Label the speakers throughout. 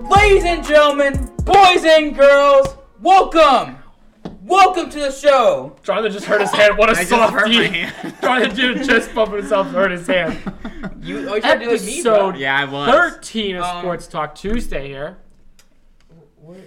Speaker 1: and gentlemen, boys and girls, welcome! Welcome to the show!
Speaker 2: Jonathan just hurt his hand. What a
Speaker 3: I just
Speaker 2: softie.
Speaker 3: hurt my hand.
Speaker 2: Jonathan did a chest bump himself and hurt his hand.
Speaker 1: You, oh, you tried to do it with me, bro.
Speaker 2: Episode-
Speaker 3: Yeah, I was.
Speaker 2: 13 of
Speaker 1: Um,
Speaker 2: Sports Talk Tuesday here.
Speaker 1: What-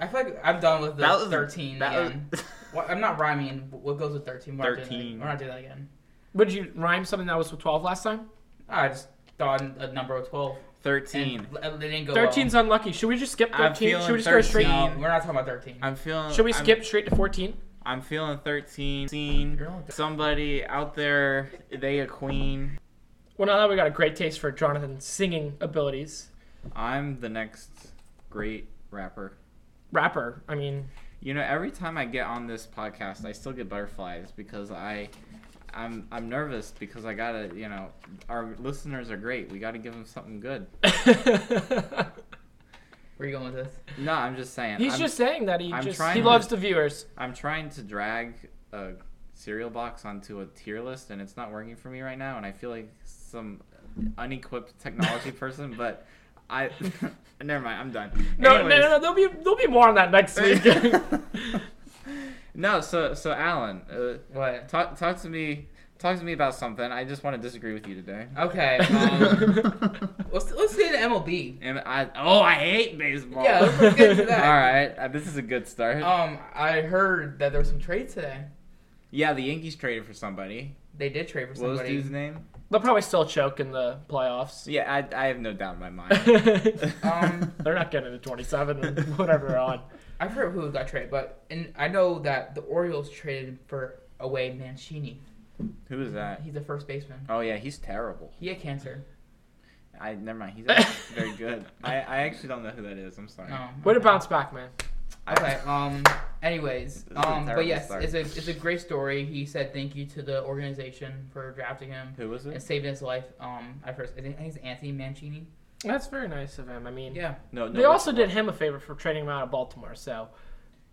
Speaker 1: I feel like I'm done with the
Speaker 3: That was-
Speaker 1: 13
Speaker 3: that was-
Speaker 1: again. What- I'm not rhyming. What goes with 13? We're not doing that-
Speaker 3: 13.
Speaker 1: We're not doing that again.
Speaker 2: Would you rhyme something that was with 12 last time?
Speaker 1: I just thought a number of 12.
Speaker 3: Thirteen.
Speaker 1: And it didn't go
Speaker 2: 13's unlucky. Should we just skip
Speaker 3: I'm
Speaker 2: 13? Should we
Speaker 3: feeling
Speaker 2: just go straight?
Speaker 1: well.
Speaker 3: 13.
Speaker 1: No, we're not talking about 13.
Speaker 3: I'm feeling.
Speaker 2: Should we
Speaker 3: I'm-
Speaker 2: skip straight to 14?
Speaker 3: I'm, feeling 13. Seen
Speaker 1: You're only thir-
Speaker 3: somebody out there. They a queen.
Speaker 2: Well, now that we got a great taste for Jonathan's singing abilities,
Speaker 3: I'm the next great rapper.
Speaker 2: rapper. I mean,
Speaker 3: You know, every time I get on this podcast, I still get butterflies because I, I'm I'm nervous because I gotta. You know, our listeners are great. We gotta give them something good.
Speaker 1: Where are you going with this?
Speaker 3: No, I'm just saying.
Speaker 2: he's
Speaker 3: I'm,
Speaker 2: just saying that he
Speaker 3: I'm
Speaker 2: just
Speaker 3: trying
Speaker 2: he
Speaker 3: to-
Speaker 2: loves the viewers.
Speaker 3: I'm trying to drag a cereal box onto a tier list, and it's not working for me right now. And I feel like some unequipped technology person, but I never mind. I'm done.
Speaker 2: No, no,
Speaker 3: Anyways.
Speaker 2: no, no. There'll be there'll be more on that next week.
Speaker 3: No, so so Alan, uh,
Speaker 1: What?
Speaker 3: talk talk to me. Talk to me about something. I just want to disagree with you today.
Speaker 1: Okay. Um, let's, let's get into MLB.
Speaker 3: And I oh I hate baseball.
Speaker 1: Yeah, let's get into
Speaker 3: All
Speaker 1: that.
Speaker 3: right, uh, this is a good start.
Speaker 1: Um, I heard that there was some trades today.
Speaker 3: yeah, the Yankees traded for somebody.
Speaker 1: They did trade for
Speaker 3: What was
Speaker 1: somebody.
Speaker 3: dude's name?
Speaker 2: They'll probably still choke in the playoffs.
Speaker 3: Yeah, I, I have no doubt in my mind.
Speaker 1: Um,
Speaker 2: They're not getting to 27 or whatever they're on.
Speaker 1: I forget who got traded, but and I know that the Orioles traded for away Mancini.
Speaker 3: Who is that?
Speaker 1: He's a first baseman.
Speaker 3: Oh yeah, he's terrible.
Speaker 1: He had cancer.
Speaker 3: I never mind. He's actually very good. I, I actually don't know who that is. I'm sorry.
Speaker 1: No.
Speaker 2: Way to bounce back, man.
Speaker 1: Okay. Um. Anyways.
Speaker 3: This is a
Speaker 1: Um. But
Speaker 3: terrible
Speaker 1: yes,
Speaker 3: start.
Speaker 1: it's a it's a great story. He said thank you to the organization for drafting him
Speaker 3: Who was
Speaker 1: and
Speaker 3: it?
Speaker 1: saving his life. Um. I first I think I think it's Anthony Mancini.
Speaker 2: That's very nice of him. I mean,
Speaker 1: Yeah.
Speaker 3: No, no.
Speaker 2: they also did him a favor for trading him out of Baltimore. So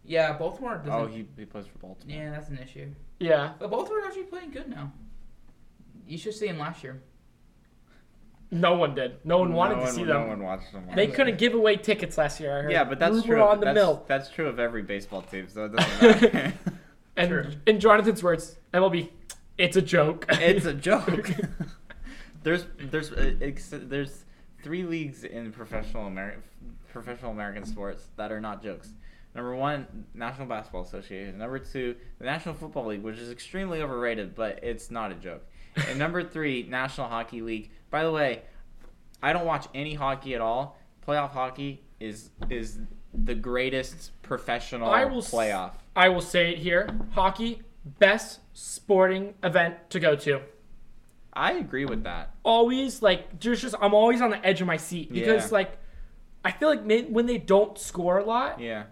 Speaker 1: Yeah. Baltimore doesn't.
Speaker 3: Oh, he, he plays for Baltimore.
Speaker 1: Yeah, that's an issue.
Speaker 2: yeah,
Speaker 1: But Baltimore's actually playing good now. You should see him last year.
Speaker 2: no one did. No one wanted
Speaker 3: No
Speaker 2: to
Speaker 3: one-
Speaker 2: see them.
Speaker 3: No one watched them.
Speaker 2: They couldn't give away tickets last year. I heard.
Speaker 3: yeah, but that's
Speaker 2: we
Speaker 3: true.
Speaker 2: Were on the
Speaker 3: that's,
Speaker 2: mill.
Speaker 3: that's true of every baseball team, so it doesn't matter.
Speaker 2: And
Speaker 1: True.
Speaker 2: in Jonathan's words, MLB, it's a joke.
Speaker 3: it's a joke. there's there's uh, ex- there's three leagues in professional American professional American sports that are not jokes. Number one, National Basketball Association. Number two, the National Football League, which is extremely overrated, but it's not a joke. And number three, National Hockey League. By the way, I don't watch any hockey at all. Playoff hockey is is the greatest professional
Speaker 2: I will s-
Speaker 3: playoff.
Speaker 2: I will say it here: hockey, best sporting event to go to.
Speaker 3: I agree with that.
Speaker 2: Always like there's just I'm always on the edge of my seat because
Speaker 3: Yeah.
Speaker 2: like I feel like may, when they don't score a lot,
Speaker 3: Yeah.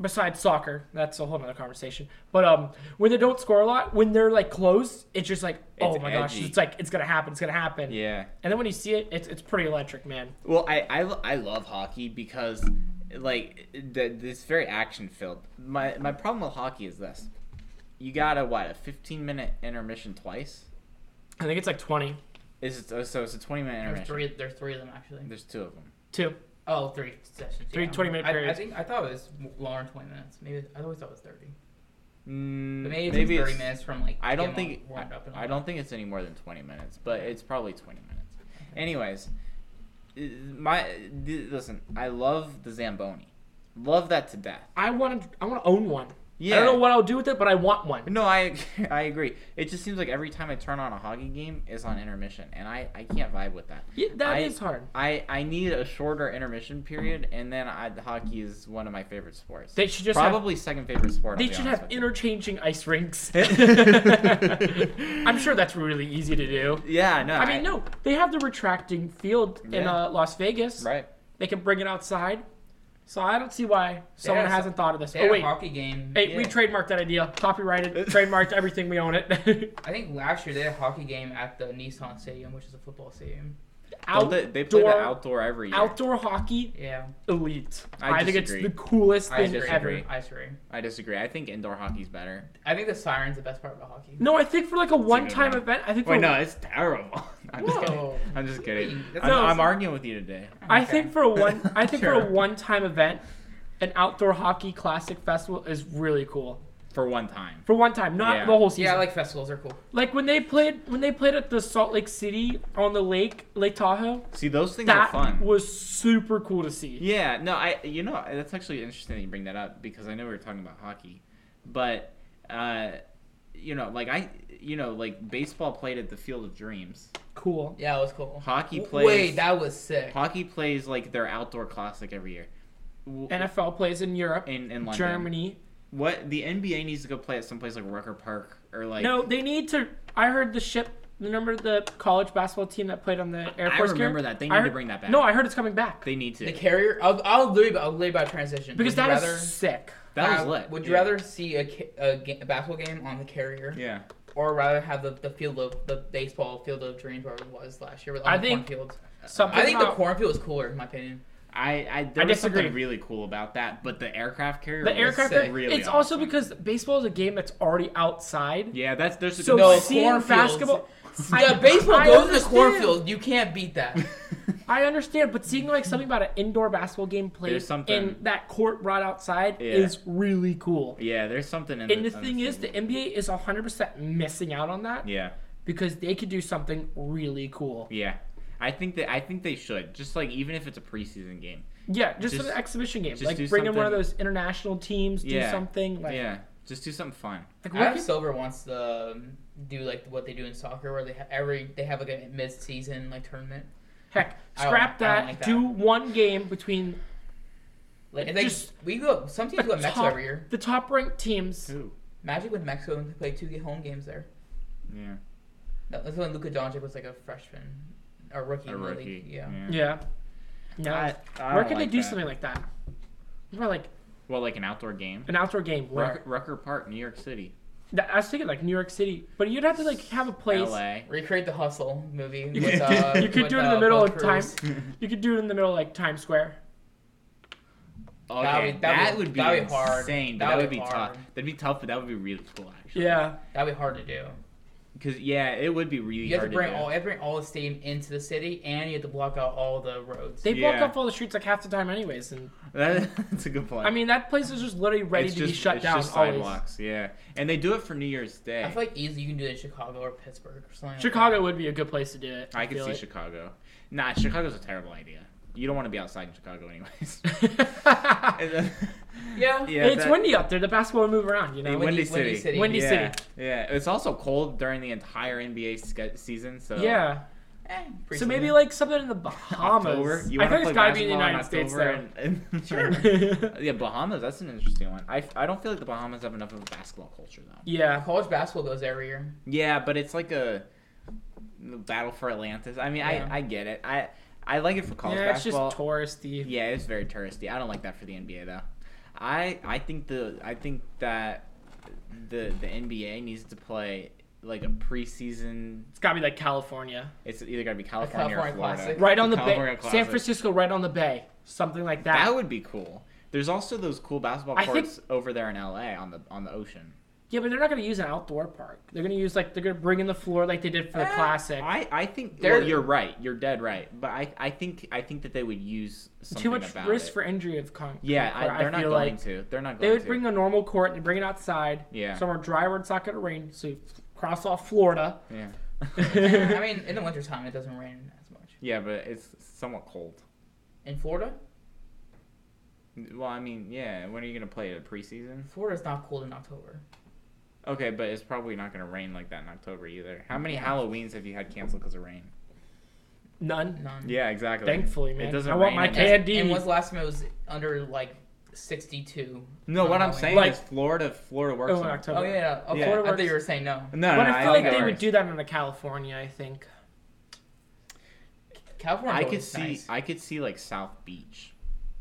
Speaker 2: besides soccer, that's a whole other conversation. But um, when they don't score a lot, when they're like close, it's just like oh
Speaker 3: It's
Speaker 2: my gosh,
Speaker 3: edgy.
Speaker 2: it's like it's gonna happen, it's gonna happen.
Speaker 3: Yeah.
Speaker 2: And then when you see it, it's it's pretty electric, man.
Speaker 3: Well, I, I, I love hockey because like th- it's very action filled. My my problem with hockey is this: you got a what a fifteen minute intermission twice.
Speaker 2: I think it's like 20,
Speaker 3: Is it, oh, so it's a twenty minute
Speaker 1: There's
Speaker 3: intermission.
Speaker 1: three. There's three of them actually.
Speaker 3: There's two of them.
Speaker 2: two.
Speaker 1: Oh, three sessions.
Speaker 2: Three
Speaker 1: yeah.
Speaker 2: 20-minute
Speaker 1: I-
Speaker 2: periods.
Speaker 1: I, think I thought it was longer than twenty minutes. Maybe I always thought it was thirty.
Speaker 3: Mm,
Speaker 1: But maybe it's
Speaker 3: maybe
Speaker 1: like thirty
Speaker 3: it's-
Speaker 1: minutes from like.
Speaker 3: I don't
Speaker 1: getting
Speaker 3: think
Speaker 1: all warmed up and all
Speaker 3: I, I don't think it's any more than twenty minutes, but it's probably twenty minutes. Anyways, uh, my th- listen, I love the zamboni, love that to death.
Speaker 2: I want to I want to own one. I
Speaker 3: Yeah.
Speaker 2: don't know what I'll do with it, but I want one.
Speaker 3: No, I I agree. It just seems like every time I turn on a hockey game, it's on intermission, and I, I can't vibe with that.
Speaker 2: Yeah, that
Speaker 3: I-
Speaker 2: is hard.
Speaker 3: I, I need a shorter intermission period, and then I, hockey is one of my favorite sports.
Speaker 2: They should just have,
Speaker 3: Probably second favorite sport. I'll
Speaker 2: they
Speaker 3: be
Speaker 2: should
Speaker 3: honest
Speaker 2: have
Speaker 3: with you.
Speaker 2: interchanging ice rinks. I'm sure that's really easy to do.
Speaker 3: Yeah, no.
Speaker 2: I mean, no, they have the retracting field in
Speaker 3: Yeah.
Speaker 2: uh, Las Vegas.
Speaker 3: Right.
Speaker 2: They can bring it outside. So I don't see why someone
Speaker 1: have some-
Speaker 2: hasn't thought of this.
Speaker 1: They
Speaker 2: Oh
Speaker 1: had
Speaker 2: wait,
Speaker 1: a hockey game.
Speaker 2: hey, we
Speaker 3: yeah.
Speaker 2: trademarked that idea, copyrighted, trademarked everything. We own it.
Speaker 1: I think last year they had a hockey game at the Nissan Stadium, which is a football stadium.
Speaker 3: Don't
Speaker 2: outdoor,
Speaker 3: they, they play the outdoor every year.
Speaker 2: outdoor hockey,
Speaker 1: Yeah,
Speaker 2: elite. I,
Speaker 3: I
Speaker 2: think it's
Speaker 3: disagree.
Speaker 2: the coolest
Speaker 1: I
Speaker 2: thing
Speaker 1: disagree.
Speaker 2: ever.
Speaker 1: I agree.
Speaker 3: I disagree. I think indoor hockey's better.
Speaker 1: I think the siren's the best part of the hockey.
Speaker 2: No, I think for like a one-time
Speaker 3: one.
Speaker 2: event, I think for
Speaker 3: Wait, no, it's terrible. I'm just kidding.
Speaker 2: Whoa.
Speaker 3: I'm just kidding.
Speaker 1: Wait, that's
Speaker 3: I'm,
Speaker 2: not-
Speaker 3: I'm arguing with you today.
Speaker 2: I
Speaker 1: Okay.
Speaker 2: think for a one, I think for
Speaker 1: Sure.
Speaker 2: a one-time event, an outdoor hockey classic festival is really cool.
Speaker 3: For one time.
Speaker 2: For one time, not
Speaker 3: Yeah.
Speaker 2: the whole season.
Speaker 1: Yeah, I like festivals are cool.
Speaker 2: Like when they played when they played at the Salt Lake City on the lake, Lake Tahoe.
Speaker 3: See, those things are
Speaker 2: That
Speaker 3: fun.
Speaker 2: was super cool to see.
Speaker 3: Yeah, no, I you know that's actually interesting that you bring that up because I know we were talking about hockey, but uh, you know, like I, you know, like baseball played at the Field of Dreams.
Speaker 2: Cool.
Speaker 1: Yeah, it was cool.
Speaker 3: Hockey
Speaker 1: W-
Speaker 3: plays.
Speaker 1: Wait, that was sick.
Speaker 3: hockey plays like their outdoor classic every year. W-
Speaker 2: NFL plays in Europe,
Speaker 3: in in London.
Speaker 2: Germany.
Speaker 3: What the NBA needs to go play at some place like Rucker Park or like.
Speaker 2: No, they need to. I heard the ship. The number of the college basketball team that played on the Air
Speaker 3: I
Speaker 2: Force.
Speaker 3: remember
Speaker 2: carrier?
Speaker 3: that. They
Speaker 2: I
Speaker 3: need to
Speaker 2: heard-
Speaker 3: bring that back.
Speaker 2: No, I heard it's coming back
Speaker 3: They need to.
Speaker 1: The carrier. I'll, I'll literally, I'll literally about transition.
Speaker 2: because
Speaker 1: Would you
Speaker 2: that is
Speaker 1: rather-
Speaker 2: sick.
Speaker 3: that was
Speaker 1: uh,
Speaker 3: lit.
Speaker 1: Would you
Speaker 3: yeah.
Speaker 1: rather see a, ca- a, ga- a basketball game on the carrier,
Speaker 3: Yeah.
Speaker 1: or rather have the, the field of the baseball field of dreams where it was last year with all
Speaker 2: I
Speaker 1: the
Speaker 2: think-
Speaker 1: cornfields?
Speaker 3: Uh,
Speaker 2: Something.
Speaker 1: I think the
Speaker 2: about-
Speaker 1: cornfield was cooler, in my opinion.
Speaker 3: I I there was something
Speaker 2: disagree.
Speaker 3: really cool about that, but the aircraft carrier.
Speaker 2: the
Speaker 3: was
Speaker 2: aircraft.
Speaker 1: sick.
Speaker 3: Really
Speaker 2: it's also
Speaker 3: awesome.
Speaker 2: because baseball is a game that's already outside.
Speaker 3: Yeah, that's there's a
Speaker 2: So
Speaker 1: No,
Speaker 3: good
Speaker 2: seeing
Speaker 1: cornfields.
Speaker 2: basketball,
Speaker 1: Yeah, baseball
Speaker 2: I
Speaker 1: goes in the
Speaker 2: understand.
Speaker 1: cornfield. You can't beat that.
Speaker 3: point.
Speaker 2: I understand, but seeing like something about an indoor basketball game played
Speaker 3: There's something-
Speaker 2: in that court brought outside
Speaker 3: Yeah.
Speaker 2: is really cool.
Speaker 3: Yeah, there's something in.
Speaker 2: And the
Speaker 3: on
Speaker 2: thing is, the NBA is 100% missing out on that
Speaker 3: Yeah,
Speaker 2: because they could do something really cool.
Speaker 3: yeah. I think that I think they should just like even if it's a preseason game.
Speaker 2: Yeah, just,
Speaker 3: Just-
Speaker 2: an exhibition game.
Speaker 3: just
Speaker 2: Like
Speaker 3: do
Speaker 2: bring in one of
Speaker 3: something-
Speaker 2: those international teams, do
Speaker 3: Yeah.
Speaker 2: something. Like,
Speaker 3: yeah, just do something fun.
Speaker 2: like what
Speaker 1: Adam
Speaker 2: if-
Speaker 1: Silver wants to um, do like what they do in soccer, where they have every they have like a mid-season like tournament.
Speaker 2: heck,
Speaker 1: I don't-
Speaker 2: scrap
Speaker 1: I don't
Speaker 2: that,
Speaker 1: like that.
Speaker 2: Do one game between
Speaker 1: Like and they,
Speaker 2: Just-
Speaker 1: we go. Some teams go
Speaker 2: the
Speaker 1: to Mexico
Speaker 2: top,
Speaker 1: every year.
Speaker 2: the top ranked teams.
Speaker 3: Ooh.
Speaker 1: Magic went to Mexico and played two home games there.
Speaker 3: Yeah,
Speaker 1: That was when Luka Doncic was like a freshman or rookie.
Speaker 3: a
Speaker 1: in the
Speaker 3: rookie.
Speaker 1: league. Yeah.
Speaker 2: Yeah. No.
Speaker 3: I- I
Speaker 2: where
Speaker 3: don't
Speaker 2: could they
Speaker 3: like
Speaker 2: do
Speaker 3: that.
Speaker 2: something like that? Or like
Speaker 3: Well, like an outdoor game.
Speaker 2: an outdoor game where
Speaker 3: Rucker, Rucker Park, New York City,
Speaker 2: That- I was thinking like New York City, but you'd have to like have a place.
Speaker 3: L.A.
Speaker 1: Recreate the Hustle movie.
Speaker 2: You
Speaker 1: with,
Speaker 2: could,
Speaker 1: uh,
Speaker 2: you could
Speaker 1: with,
Speaker 2: do it in
Speaker 1: uh,
Speaker 2: the middle
Speaker 1: Tom
Speaker 2: of time.
Speaker 1: Cruise.
Speaker 2: You could do it in the middle of like Times Square.
Speaker 3: Okay,
Speaker 1: That'd be- that'd
Speaker 3: that
Speaker 1: be-
Speaker 3: would be
Speaker 1: that'd be hard.
Speaker 3: insane. but That
Speaker 1: That'd
Speaker 3: would
Speaker 1: be
Speaker 3: be tough.
Speaker 1: hard.
Speaker 3: That'd be tough, but that would be really cool actually.
Speaker 2: Yeah,
Speaker 1: That'd be hard to do.
Speaker 3: Because yeah, it would be really
Speaker 1: You have to
Speaker 3: hard
Speaker 1: bring
Speaker 3: do.
Speaker 1: all, you have to bring all the stadium into the city, and you have to block out all the roads.
Speaker 2: they block
Speaker 3: Yeah.
Speaker 2: up all the streets like half the time, anyways. And
Speaker 3: That- that's a good point.
Speaker 2: I mean, that place is just literally ready
Speaker 3: it's
Speaker 2: to
Speaker 3: just,
Speaker 2: be shut
Speaker 3: it's
Speaker 2: down.
Speaker 3: Just
Speaker 2: always.
Speaker 3: sidewalks, yeah. And they do it for New Year's Day.
Speaker 1: I feel like easily you can do it in Chicago or Pittsburgh or something. like
Speaker 2: Chicago would be a good place to do it.
Speaker 3: I could
Speaker 2: feel
Speaker 3: see
Speaker 2: it.
Speaker 3: Chicago. Nah, Chicago's a terrible idea. You don't want to be outside in Chicago, anyways. And then-
Speaker 1: that. Yeah.
Speaker 3: yeah,
Speaker 2: it's
Speaker 3: that-
Speaker 2: windy up there. The basketball will move around, you know.
Speaker 3: Windy,
Speaker 1: Windy-
Speaker 3: Windy City.
Speaker 1: Windy City. Eh,
Speaker 2: Windy
Speaker 3: yeah,
Speaker 2: City.
Speaker 3: Yeah, it's also cold during the entire NBA ske- season. So
Speaker 2: yeah.
Speaker 1: Eh, pretty
Speaker 2: So maybe
Speaker 1: similar.
Speaker 2: like something in the Bahamas.
Speaker 3: October. You
Speaker 2: I think
Speaker 3: want to
Speaker 2: it's
Speaker 3: play
Speaker 2: gotta be in the United States though.
Speaker 3: Sure. yeah, Bahamas. That's an interesting one. I, I don't feel like the Bahamas have enough of a basketball culture though.
Speaker 2: yeah.
Speaker 1: Uh, college basketball goes every year.
Speaker 3: Yeah, but it's like a the battle for Atlantis. I mean,
Speaker 1: Yeah.
Speaker 3: I, I get it. I I like it for college
Speaker 2: Yeah, it's just
Speaker 3: basketball.
Speaker 2: touristy.
Speaker 3: Yeah, it's very touristy. I don't like that for the NBA though. I I think the I think that the the NBA needs to play like a preseason.
Speaker 2: It's gotta be like California.
Speaker 3: It's either gotta be California,
Speaker 1: California
Speaker 3: or Florida.
Speaker 1: Classic.
Speaker 2: Right on the bay.
Speaker 3: California
Speaker 2: San
Speaker 3: Classic.
Speaker 2: Francisco, right on the bay. Something like that.
Speaker 3: That would be cool. There's also those cool basketball
Speaker 2: I
Speaker 3: courts over there in LA on the on the ocean.
Speaker 2: yeah, but they're not gonna use an outdoor park. They're gonna use like they're gonna bring in the floor like they did for the
Speaker 3: Eh,
Speaker 2: classic.
Speaker 3: I, I think
Speaker 1: There-
Speaker 3: well, you're right. You're dead right. But I, I think I think that they would use something
Speaker 2: Too much
Speaker 3: about
Speaker 2: risk
Speaker 3: it.
Speaker 2: for injury of con-
Speaker 3: Yeah,
Speaker 2: court,
Speaker 3: I, they're not
Speaker 2: feel
Speaker 3: going
Speaker 2: like.
Speaker 3: to. They're not going
Speaker 2: They would
Speaker 3: to.
Speaker 2: bring a normal court and bring it outside.
Speaker 3: Yeah.
Speaker 2: Somewhere dry where it's not gonna rain. So you cross off Florida.
Speaker 3: yeah.
Speaker 1: Eh, I mean, in the wintertime, it doesn't rain as much.
Speaker 3: yeah, but it's somewhat cold.
Speaker 1: In Florida,
Speaker 3: Well, I mean, yeah. When are you gonna play it? Preseason?
Speaker 1: Florida's not cold in October.
Speaker 3: Okay, but it's probably not gonna rain like that in October either. How many Halloweens have you had canceled because of rain?
Speaker 2: None.
Speaker 1: None.
Speaker 3: Yeah, exactly.
Speaker 2: Thankfully, man.
Speaker 3: It doesn't
Speaker 2: I want
Speaker 3: rain
Speaker 2: my
Speaker 3: in-
Speaker 2: kid-
Speaker 1: And,
Speaker 2: Andy.
Speaker 1: and when's the last time it was under like 62?
Speaker 3: No,
Speaker 1: on
Speaker 3: what I'm
Speaker 1: Halloween?
Speaker 3: saying
Speaker 2: Like-
Speaker 3: is Florida. Florida works.
Speaker 2: Oh, in
Speaker 3: on-
Speaker 2: October.
Speaker 1: Oh yeah, oh, Florida. I
Speaker 3: Yeah.
Speaker 2: Florida
Speaker 1: thought you were
Speaker 2: works.
Speaker 1: saying no.
Speaker 3: No,
Speaker 2: but
Speaker 3: no,
Speaker 2: I feel
Speaker 3: think
Speaker 2: like
Speaker 3: it
Speaker 2: they would
Speaker 3: works.
Speaker 2: do that in the California. I think.
Speaker 1: California.
Speaker 3: I could see. I could see like South Beach.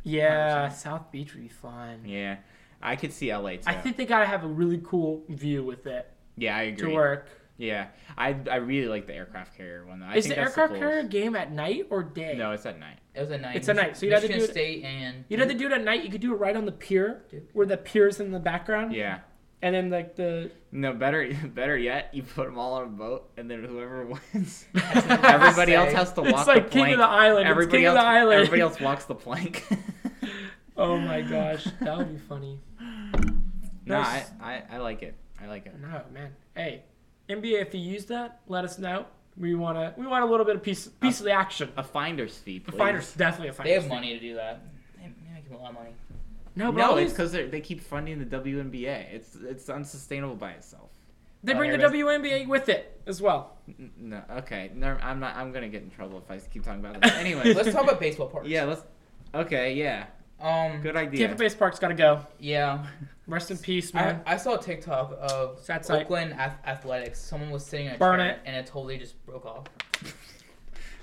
Speaker 2: Yeah,
Speaker 1: 100%.
Speaker 2: South Beach would be fun.
Speaker 3: Yeah, I could see LA too.
Speaker 2: I think they gotta have a really cool view with it
Speaker 3: yeah,
Speaker 2: to
Speaker 3: I agree.
Speaker 2: work.
Speaker 3: Yeah, I I really like the aircraft carrier one though. I
Speaker 2: Is
Speaker 3: think
Speaker 2: the
Speaker 3: that's
Speaker 2: aircraft carrier
Speaker 3: coolest.
Speaker 2: game at night or day?
Speaker 3: No, it's at night.
Speaker 1: it was a night.
Speaker 2: It's a night, so you'd have to
Speaker 1: Michigan
Speaker 2: do it-
Speaker 1: State and
Speaker 2: You'd have to do it at night. You could do it right on the pier,
Speaker 1: Dude.
Speaker 2: where the pier's in the background.
Speaker 3: Yeah,
Speaker 2: and then like the
Speaker 3: No, better better yet, you put them all on a boat, and then whoever wins,
Speaker 1: That's
Speaker 3: everybody else
Speaker 1: insane.
Speaker 3: has to walk
Speaker 2: It's like
Speaker 3: the plank.
Speaker 2: King of the Island, it's
Speaker 3: Everybody
Speaker 2: King of
Speaker 3: else,
Speaker 2: the Island.
Speaker 3: Everybody else walks the plank.
Speaker 2: oh my gosh, that would be funny.
Speaker 3: no, I,
Speaker 2: Nice.
Speaker 3: I, I like it. I like it.
Speaker 2: No man, hey NBA, if you use that, let us know. We wanna we want a little bit of piece piece of the action.
Speaker 3: A finder's fee,
Speaker 2: A
Speaker 3: please.
Speaker 2: finder's definitely a
Speaker 1: They
Speaker 2: finder's.
Speaker 1: have money to do that. They, they make a lot of money.
Speaker 2: No, but
Speaker 3: No,
Speaker 2: all
Speaker 3: it's
Speaker 2: these,
Speaker 3: because they keep funding the WNBA. It's it's unsustainable by itself.
Speaker 2: they
Speaker 1: Oh,
Speaker 2: bring the
Speaker 1: everybody's-
Speaker 2: WNBA with it as well.
Speaker 3: N- No, okay. No, I'm not. I'm gonna get in trouble if I keep talking about this. Anyway,
Speaker 1: Let's talk about baseball parks.
Speaker 3: yeah, let's. Okay, yeah,
Speaker 1: Um.
Speaker 3: good
Speaker 2: Tampa
Speaker 3: idea.
Speaker 2: Bay Park's gotta go.
Speaker 1: Yeah.
Speaker 2: Rest in peace,
Speaker 1: I,
Speaker 2: man.
Speaker 1: I saw a TikTok of
Speaker 2: Sad sight.
Speaker 1: Oakland ath- athletics. Someone was sitting in a
Speaker 2: Burn
Speaker 1: chair
Speaker 2: it.
Speaker 1: and it totally just broke off.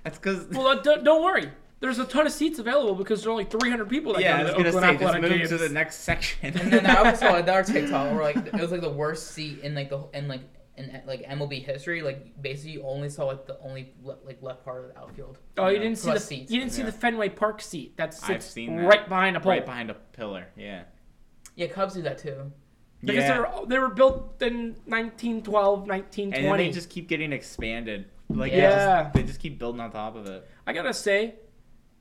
Speaker 3: That's because.
Speaker 2: well, uh, don't, don't worry. There's a ton of seats available because there are only 300 people that
Speaker 3: yeah, I
Speaker 2: go
Speaker 3: was
Speaker 2: to the
Speaker 3: gonna
Speaker 2: Oakland
Speaker 3: say just
Speaker 2: Athletic
Speaker 3: move
Speaker 2: games.
Speaker 3: to the next section.
Speaker 1: And then I also saw another TikTok where like it was like the worst seat in like the in like in like MLB history. Like basically, you only saw like the only le- like left part of the outfield.
Speaker 2: Oh, you
Speaker 3: Yeah.
Speaker 2: didn't see the
Speaker 1: Plus seats.
Speaker 2: you didn't see
Speaker 3: Yeah.
Speaker 2: the Fenway Park seat. That sits
Speaker 3: I've seen that.
Speaker 2: right behind a pole.
Speaker 3: right behind a pillar. Yeah.
Speaker 1: Yeah, Cubs do that too.
Speaker 2: Because
Speaker 3: yeah.
Speaker 2: they're they were built in 1912,
Speaker 3: and then
Speaker 2: 1920.
Speaker 3: they just keep getting expanded. Like
Speaker 2: Yeah.
Speaker 3: they, just, they just keep building on top of it.
Speaker 2: I gotta say,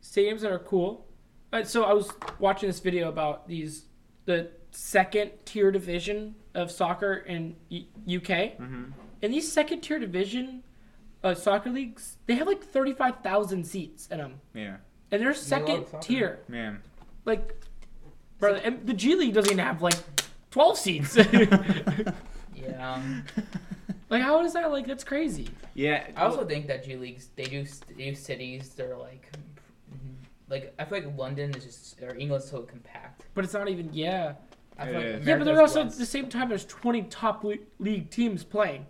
Speaker 2: stadiums that are cool. Uh, so I was watching this video about these the second tier division of soccer in U- UK,
Speaker 1: Mm-hmm.
Speaker 2: and these second tier division uh, soccer leagues they have like 35,000 seats in them,
Speaker 3: Yeah,
Speaker 2: and they're
Speaker 1: love
Speaker 2: second
Speaker 1: soccer.
Speaker 2: tier.
Speaker 3: man.
Speaker 2: Like, brother, and the G League doesn't even have like 12 seats.
Speaker 1: Yeah. Um,
Speaker 2: Like, how is that? Like, that's crazy.
Speaker 3: yeah.
Speaker 1: I also think that G leagues they do they do cities. They're like Mm-hmm. like I feel like London is just or England's so compact.
Speaker 2: But it's not even, yeah.
Speaker 1: I feel
Speaker 3: It
Speaker 1: like
Speaker 3: is.
Speaker 2: yeah, but there's
Speaker 1: America's
Speaker 2: also
Speaker 1: less.
Speaker 2: at the same time, there's 20 top le- league teams playing.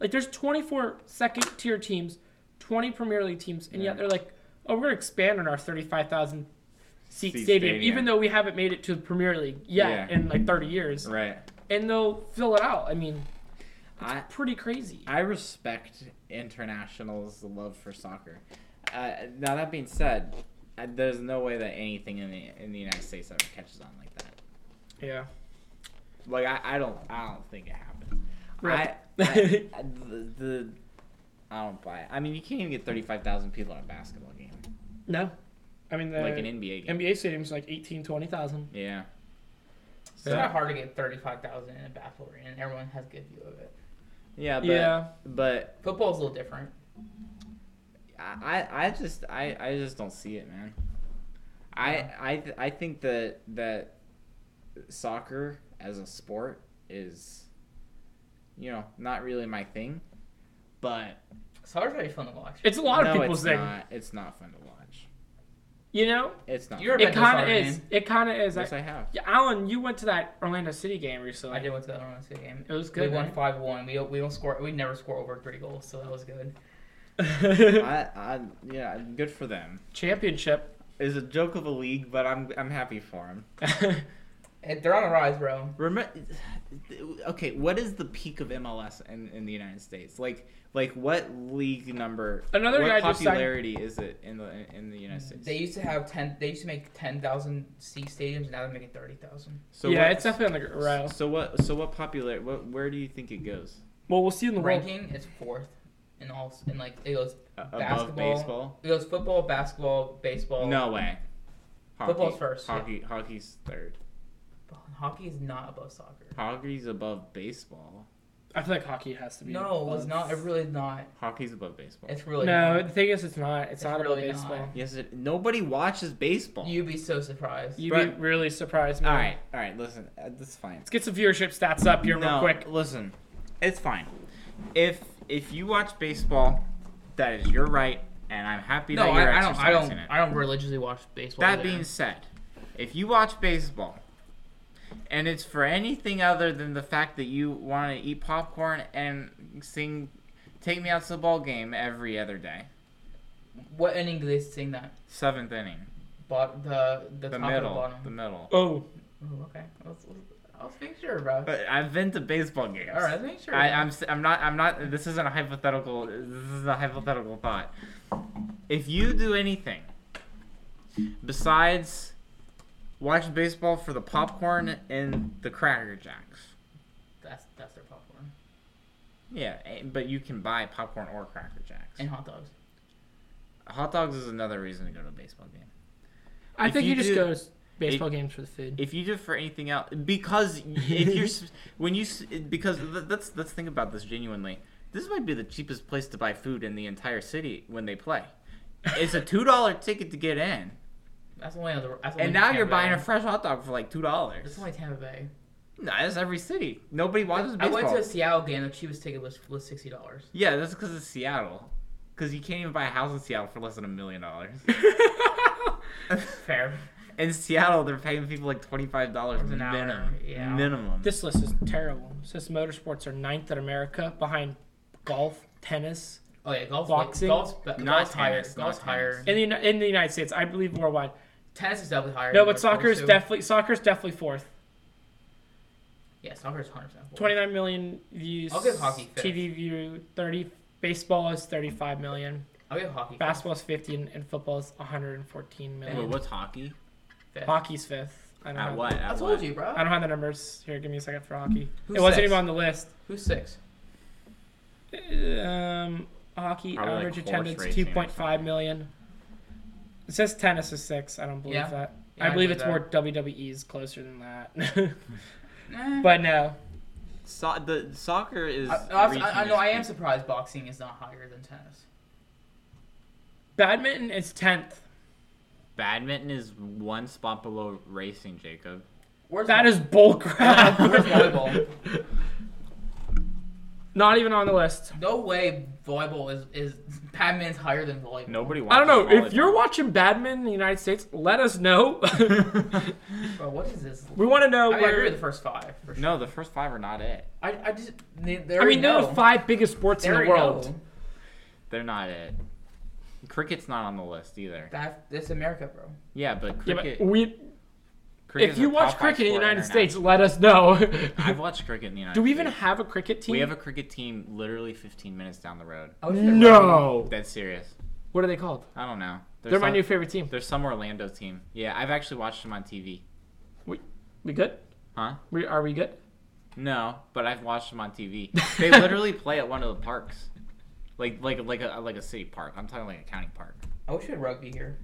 Speaker 2: Like, there's 24 second tier teams, 20 Premier League teams, and yet
Speaker 3: Yeah.
Speaker 2: they're like, oh, we're going to expand on our 35,000 seat stadium,
Speaker 3: Seat stadium.
Speaker 2: even though we haven't made it to the Premier League yet
Speaker 3: Yeah.
Speaker 2: in like 30 years.
Speaker 3: right.
Speaker 2: And they'll fill it out. I mean,
Speaker 3: I
Speaker 2: pretty crazy.
Speaker 3: I respect internationals' love for soccer. Uh, now that being said, I, there's no way that anything in the in the United States ever catches on like that.
Speaker 2: yeah.
Speaker 3: Like I, I don't I don't think it happens.
Speaker 2: Right.
Speaker 3: I, I, I- the, the I don't buy it. I mean, you can't even get thirty five thousand people at a basketball game,
Speaker 2: No. I mean, the
Speaker 3: like an NBA game.
Speaker 2: NBA stadium's like 18, 20,000.
Speaker 3: yeah.
Speaker 1: It's not hard to get thirty five thousand in a basketball arena, and everyone has a good view of it.
Speaker 3: Yeah, but,
Speaker 2: Yeah.
Speaker 3: but
Speaker 1: Football's a little different.
Speaker 3: I, I I just I, I just don't see it, man. I I th- I think that that soccer as a sport is, you know, not really my thing. But
Speaker 1: Soccer's pretty fun to watch.
Speaker 2: It's a lot of
Speaker 3: no,
Speaker 2: people's
Speaker 3: it's
Speaker 2: thing.
Speaker 3: not. It's not fun to watch.
Speaker 2: You know,
Speaker 3: It's not.
Speaker 1: You're a
Speaker 3: fun.
Speaker 2: it
Speaker 1: been to
Speaker 2: kind of
Speaker 1: soccer
Speaker 2: is.
Speaker 1: game?
Speaker 2: It kind of is.
Speaker 3: yes,
Speaker 2: I,
Speaker 3: I have.
Speaker 2: yeah, Alan, you went to that Orlando City game recently.
Speaker 1: I did went to the Orlando City game.
Speaker 2: It was good,
Speaker 1: We won
Speaker 2: right?
Speaker 1: five one. We don't, we don't score. We never score over three goals, so that was good.
Speaker 3: I, I yeah, good for them.
Speaker 2: Championship.
Speaker 3: It's a joke of a league, but I'm I'm happy for them.
Speaker 1: And they're on the rise, bro.
Speaker 3: Remember, okay, what is the peak of MLS in, in the United States? Like, like what league number?
Speaker 2: Another
Speaker 3: what
Speaker 2: guy just signed-
Speaker 3: popularity is it in the in the United States?
Speaker 1: They used to have ten. They used to make ten thousand seat stadiums, and now they're making thirty thousand.
Speaker 3: so
Speaker 2: yeah,
Speaker 3: what,
Speaker 2: it's definitely on the row.
Speaker 3: So what? So what popular? What? Where do you think it goes?
Speaker 2: Well, we'll see in the world.
Speaker 1: Ranking is fourth, in all in like it goes
Speaker 3: A- Above
Speaker 1: Basketball.
Speaker 3: baseball?
Speaker 1: it goes football, basketball, baseball.
Speaker 3: No way. Hockey,
Speaker 1: Football's first, yeah.
Speaker 3: Hockey. Hockey's third.
Speaker 1: hockey is not above soccer.
Speaker 3: Hockey's above baseball.
Speaker 2: I feel like hockey has to be.
Speaker 1: No, it's not. It really is not.
Speaker 3: Hockey's above baseball.
Speaker 1: It's really
Speaker 2: no,
Speaker 1: Not.
Speaker 2: the thing is, it's not. It's, not
Speaker 1: really
Speaker 2: about baseball.
Speaker 1: not.
Speaker 3: yes. It, nobody watches baseball.
Speaker 1: You'd be so surprised.
Speaker 2: You'd
Speaker 3: But-
Speaker 2: be really surprised. Man.
Speaker 3: all right. All right. Listen. uh, That's fine.
Speaker 2: Let's get some viewership stats up here real
Speaker 3: No,
Speaker 2: quick.
Speaker 3: Listen, it's fine. If if you watch baseball, that is your right, and I'm happy
Speaker 1: no,
Speaker 3: that you're
Speaker 1: I, I don't. I
Speaker 3: exercising
Speaker 1: don't.
Speaker 3: it.
Speaker 1: I don't religiously watch baseball.
Speaker 3: that
Speaker 1: either.
Speaker 3: being said, if you watch baseball, and it's for anything other than the fact that you want to eat popcorn and sing "Take Me Out to the Ball Game" every other day,
Speaker 1: what inning do they sing that?
Speaker 3: seventh inning,
Speaker 1: Bot the the,
Speaker 3: the
Speaker 1: top or
Speaker 3: middle,
Speaker 1: bottom.
Speaker 3: the middle.
Speaker 2: Oh,
Speaker 1: Oh, okay. Let's, let's, let's make sure, bro.
Speaker 3: But I've been to baseball games.
Speaker 1: All right, let's make sure.
Speaker 3: I, I'm, s- I'm not I'm not this isn't a hypothetical this is a hypothetical thought. If you do anything besides watch baseball for the popcorn and the cracker jacks, Yeah, eh, but you can buy popcorn or Cracker Jacks.
Speaker 1: and hot dogs.
Speaker 3: Hot dogs is another reason to go to a baseball game.
Speaker 2: I
Speaker 3: If
Speaker 2: think
Speaker 3: you
Speaker 2: you, just
Speaker 3: do-
Speaker 2: go to s- baseball games for the food.
Speaker 3: If you do it for anything else, because if you're s- when you s- because th- let's let's think about this genuinely. This might be the cheapest place to buy food in the entire city when they play. It's a two dollar ticket to get in,
Speaker 1: That's only other. That's only
Speaker 3: and now
Speaker 1: Tampa
Speaker 3: you're buying
Speaker 1: Bay.
Speaker 3: a fresh hot dog for like two dollars.
Speaker 1: That's only Tampa Bay.
Speaker 3: No, that's every city. Nobody watches
Speaker 1: I
Speaker 3: baseball.
Speaker 1: went to a Seattle game. The cheapest ticket was was sixty dollars.
Speaker 3: Yeah, that's because it's Seattle. Because you can't even buy a house in Seattle for less than a million dollars.
Speaker 1: Fair.
Speaker 3: In Seattle, they're paying people like twenty five dollars
Speaker 1: An hour,
Speaker 3: minimum.
Speaker 1: yeah.
Speaker 3: Minimum.
Speaker 2: this list is terrible. It says motorsports are ninth in America behind golf, tennis.
Speaker 1: Oh yeah, golf.
Speaker 2: Boxing?
Speaker 1: Golf's, be- golf's
Speaker 3: Not
Speaker 1: higher.
Speaker 3: tennis,
Speaker 1: Golf's
Speaker 3: not
Speaker 1: higher.
Speaker 2: In the Uni- in the United States, I believe worldwide.
Speaker 1: Tennis is definitely higher.
Speaker 2: No,
Speaker 1: than
Speaker 2: but
Speaker 1: golf
Speaker 2: soccer is
Speaker 1: too.
Speaker 2: definitely soccer is definitely fourth.
Speaker 1: Yeah, soccer is hundred percent.
Speaker 2: Twenty nine million views.
Speaker 1: I'll give hockey fifth.
Speaker 2: TV view thirty. Baseball is thirty five million.
Speaker 1: I'll give hockey.
Speaker 2: Basketball is fifty, and, and football is one hundred and fourteen
Speaker 3: Wait,
Speaker 2: million.
Speaker 3: what's hockey?
Speaker 1: fifth.
Speaker 2: Hockey's fifth. I don't
Speaker 3: At
Speaker 2: have-
Speaker 3: what? At
Speaker 1: I
Speaker 3: what?
Speaker 1: told you, bro.
Speaker 2: I don't have the numbers here. Give me a second for hockey.
Speaker 3: Who's
Speaker 2: it wasn't
Speaker 3: sixth?
Speaker 2: even on the list.
Speaker 1: Who's six?
Speaker 2: Um, hockey
Speaker 3: Probably, like,
Speaker 2: average
Speaker 3: horse
Speaker 2: attendance
Speaker 3: racing
Speaker 2: two
Speaker 3: or
Speaker 2: point five million. It says tennis is six. I don't believe
Speaker 1: Yeah.
Speaker 2: that.
Speaker 1: Yeah,
Speaker 2: I believe it's
Speaker 1: that.
Speaker 2: more WWE's closer than that.
Speaker 1: Eh.
Speaker 2: but no,
Speaker 3: So- the soccer is.
Speaker 1: I, I, was- I, I
Speaker 3: reaching
Speaker 1: know. I am
Speaker 3: its peak.
Speaker 1: surprised boxing is not higher than tennis.
Speaker 2: badminton is tenth.
Speaker 3: Badminton is one spot below racing, Jacob.
Speaker 1: Where's
Speaker 2: That is bull crap.
Speaker 1: Where's volleyball?
Speaker 2: Not even on the list.
Speaker 1: No way. Volleyball is is badminton's higher than volleyball.
Speaker 3: Nobody. Watches
Speaker 2: I don't know. If
Speaker 3: volleyball.
Speaker 2: you're watching badminton in the United States, let us know.
Speaker 1: Bro, what is this?
Speaker 2: we want to know.
Speaker 1: I, mean, I
Speaker 2: where-
Speaker 1: agree with the first five. For sure.
Speaker 3: No, the first five are not it.
Speaker 1: I, I just they, they
Speaker 2: I
Speaker 1: already
Speaker 2: mean, they're
Speaker 1: know.
Speaker 2: the five biggest sports
Speaker 1: They
Speaker 2: in the
Speaker 1: already
Speaker 2: world.
Speaker 1: know.
Speaker 3: They're not it. Cricket's not on the list either.
Speaker 1: That that's America, bro.
Speaker 3: Yeah, but
Speaker 2: Yeah,
Speaker 3: cricket.
Speaker 2: but we,
Speaker 3: cricket
Speaker 2: if
Speaker 3: is a
Speaker 2: you
Speaker 3: top
Speaker 2: watch
Speaker 3: five
Speaker 2: cricket in the
Speaker 3: sport
Speaker 2: United
Speaker 3: internationally.
Speaker 2: States, let us know.
Speaker 3: I've watched cricket in the United.
Speaker 2: Do we even
Speaker 3: States.
Speaker 2: have a cricket team?
Speaker 3: We have a cricket team literally 15 minutes down the road.
Speaker 2: Oh.
Speaker 1: I wish they were-
Speaker 2: no.
Speaker 3: That's serious.
Speaker 2: What are they called?
Speaker 3: I don't know. There's
Speaker 2: They're my
Speaker 3: some-
Speaker 2: new favorite team.
Speaker 3: There's some Orlando team. Yeah, I've actually watched them on TV.
Speaker 2: We good?
Speaker 3: Huh?
Speaker 2: We are we good?
Speaker 3: No, but I've watched them on TV. They literally play at one of the parks, like like like a like a city park. I'm talking like a county park.
Speaker 1: I wish we had rugby here.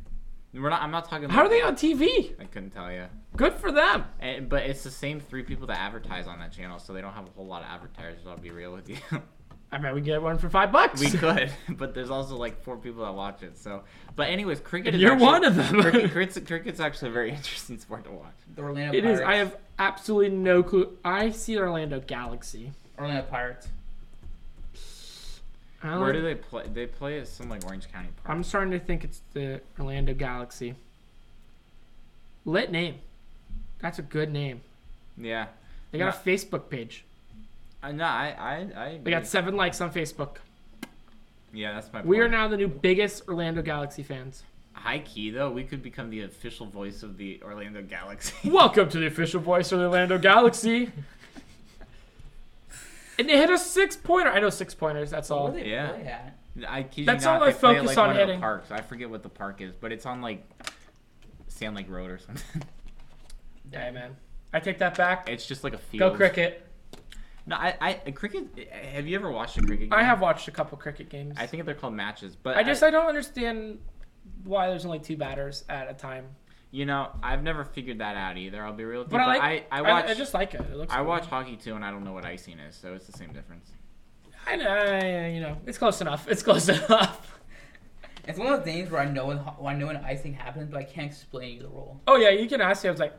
Speaker 3: We're not. I'm not talking.
Speaker 2: How are
Speaker 3: like-
Speaker 2: they on TV?
Speaker 3: I couldn't tell you.
Speaker 2: Good for them.
Speaker 3: And, but it's the same three people that advertise on that channel, so they don't have a whole lot of advertisers. I'll be real with you.
Speaker 2: I bet we get one for five bucks.
Speaker 3: we could, but there's also like four people that watch it. So, but anyways, cricket.
Speaker 2: And
Speaker 3: Is
Speaker 2: you're
Speaker 3: actually-
Speaker 2: one of them.
Speaker 3: cricket, cricket's, cricket's actually a very interesting sport to watch.
Speaker 1: The Orlando
Speaker 2: It is.
Speaker 1: Pirates.
Speaker 2: I have absolutely no clue. I see Orlando Galaxy.
Speaker 1: Orlando Pirates.
Speaker 2: I don't-
Speaker 3: Where do they play? They play at some like Orange County Park.
Speaker 2: I'm starting to think it's the Orlando Galaxy. Lit name. That's a good name.
Speaker 3: Yeah.
Speaker 2: They got a Facebook page.
Speaker 3: Uh, no, I I I.
Speaker 2: They
Speaker 3: agree.
Speaker 2: got seven likes on Facebook.
Speaker 3: yeah, that's my.
Speaker 2: We are
Speaker 3: point.
Speaker 2: now the new biggest Orlando Galaxy fans.
Speaker 3: High key though, we could become the official voice of the Orlando Galaxy.
Speaker 2: Welcome to the official voice of the Orlando Galaxy. and they hit a six pointer. I know six pointers. That's all.
Speaker 1: Where do they
Speaker 3: Oh, yeah.
Speaker 1: play at?
Speaker 3: I kid you
Speaker 2: That's
Speaker 3: not,
Speaker 2: all I
Speaker 3: they play at,
Speaker 2: focus
Speaker 3: like,
Speaker 2: on
Speaker 3: one Of
Speaker 2: hitting.
Speaker 3: the parks. I forget what the park is, but it's on like Sand Lake Road or something.
Speaker 2: Hey man, I take that back.
Speaker 3: It's just like a field.
Speaker 2: Go cricket.
Speaker 3: No, I, I cricket. Have you ever watched a cricket? Game?
Speaker 2: I have watched a couple cricket games.
Speaker 3: I think they're called matches, but
Speaker 2: I just I don't understand why there's only two batters at a time.
Speaker 3: you know, I've never figured that out either. I'll be real. With
Speaker 2: But
Speaker 3: you,
Speaker 2: I like.
Speaker 3: I, I watch.
Speaker 2: I, just like it. It looks.
Speaker 3: I
Speaker 2: cool.
Speaker 3: watch hockey too, and I don't know what icing is, so it's the same difference.
Speaker 2: I, I you know it's close enough. It's close enough.
Speaker 1: It's one of those things where I know when, when I know when icing happens, but I can't explain you the rule.
Speaker 2: Oh yeah, you can ask me. I was like,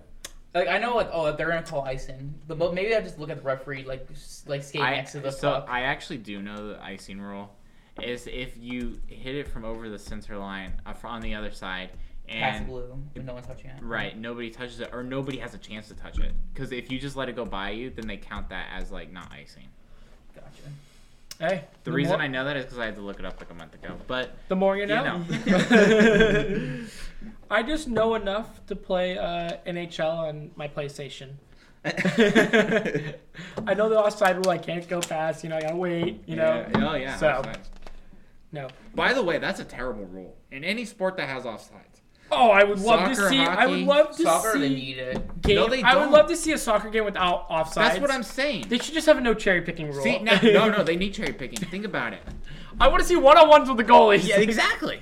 Speaker 1: Like I know, like oh, they're gonna call icing, but, but maybe I just look at the referee, like s- like skate
Speaker 3: I,
Speaker 1: next to the
Speaker 3: so
Speaker 1: puck.
Speaker 3: I actually do know the icing rule is if you hit it from over the center line uh, fr- on the other side
Speaker 1: Pass
Speaker 3: and
Speaker 1: blue, but no one's touching it.
Speaker 3: right nobody touches it or nobody has a chance to touch it because if you just let it go by you then they count that as like not icing
Speaker 1: Gotcha.
Speaker 2: hey.
Speaker 3: the, reason
Speaker 2: more,
Speaker 3: i know that is because i had to look it up like a month ago but
Speaker 2: the more you
Speaker 3: you
Speaker 2: know.
Speaker 3: know
Speaker 2: I just know enough to play uh, NHL on my PlayStation. I know the offside rule. I can't go past. You know, I gotta wait. You know,
Speaker 3: yeah. oh yeah
Speaker 2: So-
Speaker 3: offsides.
Speaker 2: no.
Speaker 3: by the way that's a terrible rule in any sport that has offsides
Speaker 2: Oh, I would love to
Speaker 3: Soccer,
Speaker 2: see. I would
Speaker 3: hockey,
Speaker 2: love to
Speaker 1: Soccer, they
Speaker 2: see
Speaker 1: need it.
Speaker 2: game.
Speaker 3: No, they
Speaker 2: I would
Speaker 3: don't.
Speaker 2: love to see a soccer game without offsides.
Speaker 3: That's what I'm saying.
Speaker 2: They should just have a no cherry picking rule.
Speaker 3: See, no, no, no, they need cherry picking. Think about it.
Speaker 2: I want to see one on ones with the goalies.
Speaker 3: exactly.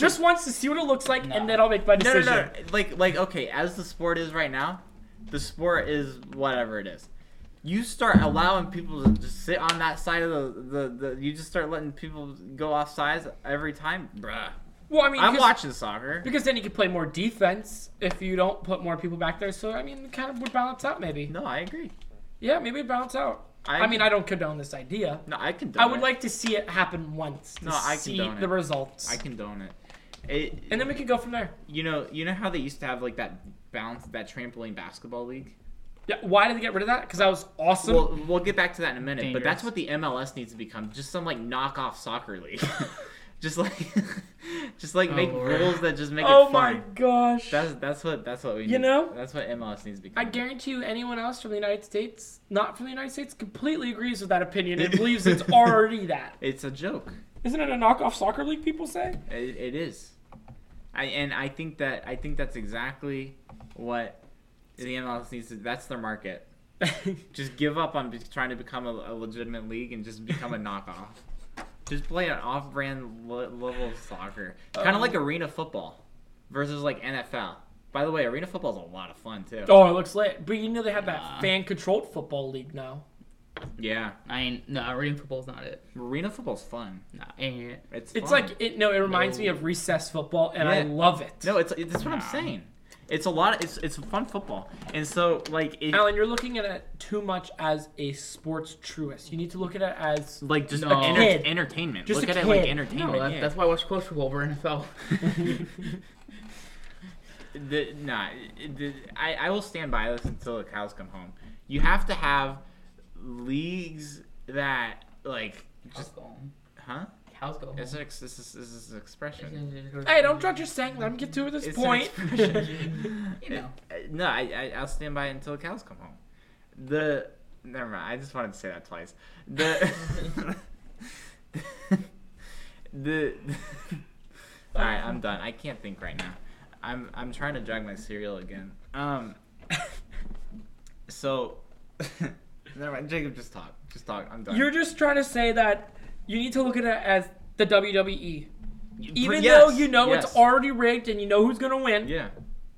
Speaker 2: Just wants to see what it looks like,
Speaker 1: No.
Speaker 2: and then I'll make my
Speaker 3: no, no,
Speaker 2: decision.
Speaker 3: no. Like, like, okay. As the sport is right now, the sport is whatever it is. You start allowing people to just sit on that side of the the. the you just start letting people go off sides every time, bruh.
Speaker 2: Well, I mean,
Speaker 3: I'm
Speaker 2: because-
Speaker 3: watching soccer.
Speaker 2: because then you can play more defense if you don't put more people back there. So I mean, it kind of would balance out, maybe.
Speaker 3: No, I agree.
Speaker 2: Yeah, maybe it'd balance out. I,
Speaker 3: I-
Speaker 2: mean, I don't condone this idea.
Speaker 3: No, I condone.
Speaker 2: I would
Speaker 3: it.
Speaker 2: like to see it happen once. To
Speaker 3: No, I
Speaker 2: see
Speaker 3: condone it.
Speaker 2: the results.
Speaker 3: I condone it. It.
Speaker 2: and then we could go from there.
Speaker 3: you know, you know how they used to have like that bounce, that trampoline basketball league.
Speaker 2: Yeah, why did they get rid of that? Because that was awesome.
Speaker 3: We'll, we'll get back to that in a minute,
Speaker 2: dangerous.
Speaker 3: but that's what the MLS needs to become. Just some like knockoff soccer league. just like just like make
Speaker 1: Lord.
Speaker 3: rules that just make
Speaker 2: oh
Speaker 3: it
Speaker 2: my
Speaker 3: fun.
Speaker 2: gosh.
Speaker 3: That's that's what that's what we need.
Speaker 2: know?
Speaker 3: That's what MLS needs
Speaker 2: I
Speaker 3: to become.
Speaker 2: guarantee you, anyone else from the United States, not from the United States, completely agrees with that opinion and believes it's already that.
Speaker 3: it's a joke.
Speaker 2: Isn't it a knockoff soccer league? People say.
Speaker 3: It, it is. I and I think that I think that's exactly what the MLS needs to that's their market. Just give up on be- trying to become a, a legitimate league and just become a knockoff. Just play an off-brand le- level of soccer, kind
Speaker 2: Um,
Speaker 3: of like arena football versus like NFL. By the way, arena football is a lot of fun too.
Speaker 2: oh, it looks lit. But you know they have that
Speaker 1: Nah.
Speaker 2: fan-controlled football league now.
Speaker 3: Yeah,
Speaker 1: I ain't no arena football's not it.
Speaker 3: arena football's fun.
Speaker 1: No, ain't it.
Speaker 3: It's
Speaker 2: It's
Speaker 3: fun.
Speaker 2: like it. No, it reminds me
Speaker 1: No.
Speaker 2: of recess football, and I
Speaker 3: Yeah.
Speaker 2: love it.
Speaker 3: no, it's it, that's what I'm
Speaker 1: Nah.
Speaker 3: saying. It's a lot. Of, it's it's fun football, and so like it,
Speaker 2: Alan, you're looking at it too much as a sports truest. You need to look at it as
Speaker 3: like just
Speaker 1: No.
Speaker 3: enter-
Speaker 2: Kid.
Speaker 3: entertainment.
Speaker 2: Just
Speaker 3: Look
Speaker 2: a
Speaker 3: at it like
Speaker 2: kid.
Speaker 1: No,
Speaker 3: entertainment.
Speaker 1: that,
Speaker 3: yeah.
Speaker 1: that's why I watch College football over NFL.
Speaker 3: the, nah, the, I, I will stand by this until the cows come home. You have to have leagues that like
Speaker 1: How's
Speaker 3: just
Speaker 1: it going?
Speaker 3: huh?
Speaker 1: How's it going?
Speaker 3: It's an ex- this is this is an expression.
Speaker 2: Hey, don't judge your saying. Let me get to this
Speaker 3: It's an
Speaker 2: point.
Speaker 3: expression.
Speaker 1: You know.
Speaker 3: It- no, I, I I'll stand by it until the cows come home. The never mind. I just wanted to say that twice. The the. All right, I'm done. I can't think right now. I'm I'm trying to drag my cereal again. Um. So. never mind. Jacob, just talk. Just talk. I'm done.
Speaker 2: You're just trying to say that you need to look at it as the WWE. Even
Speaker 3: Yes,
Speaker 2: though you know it's
Speaker 3: yes.
Speaker 2: already rigged and you know who's gonna win.
Speaker 3: Yeah.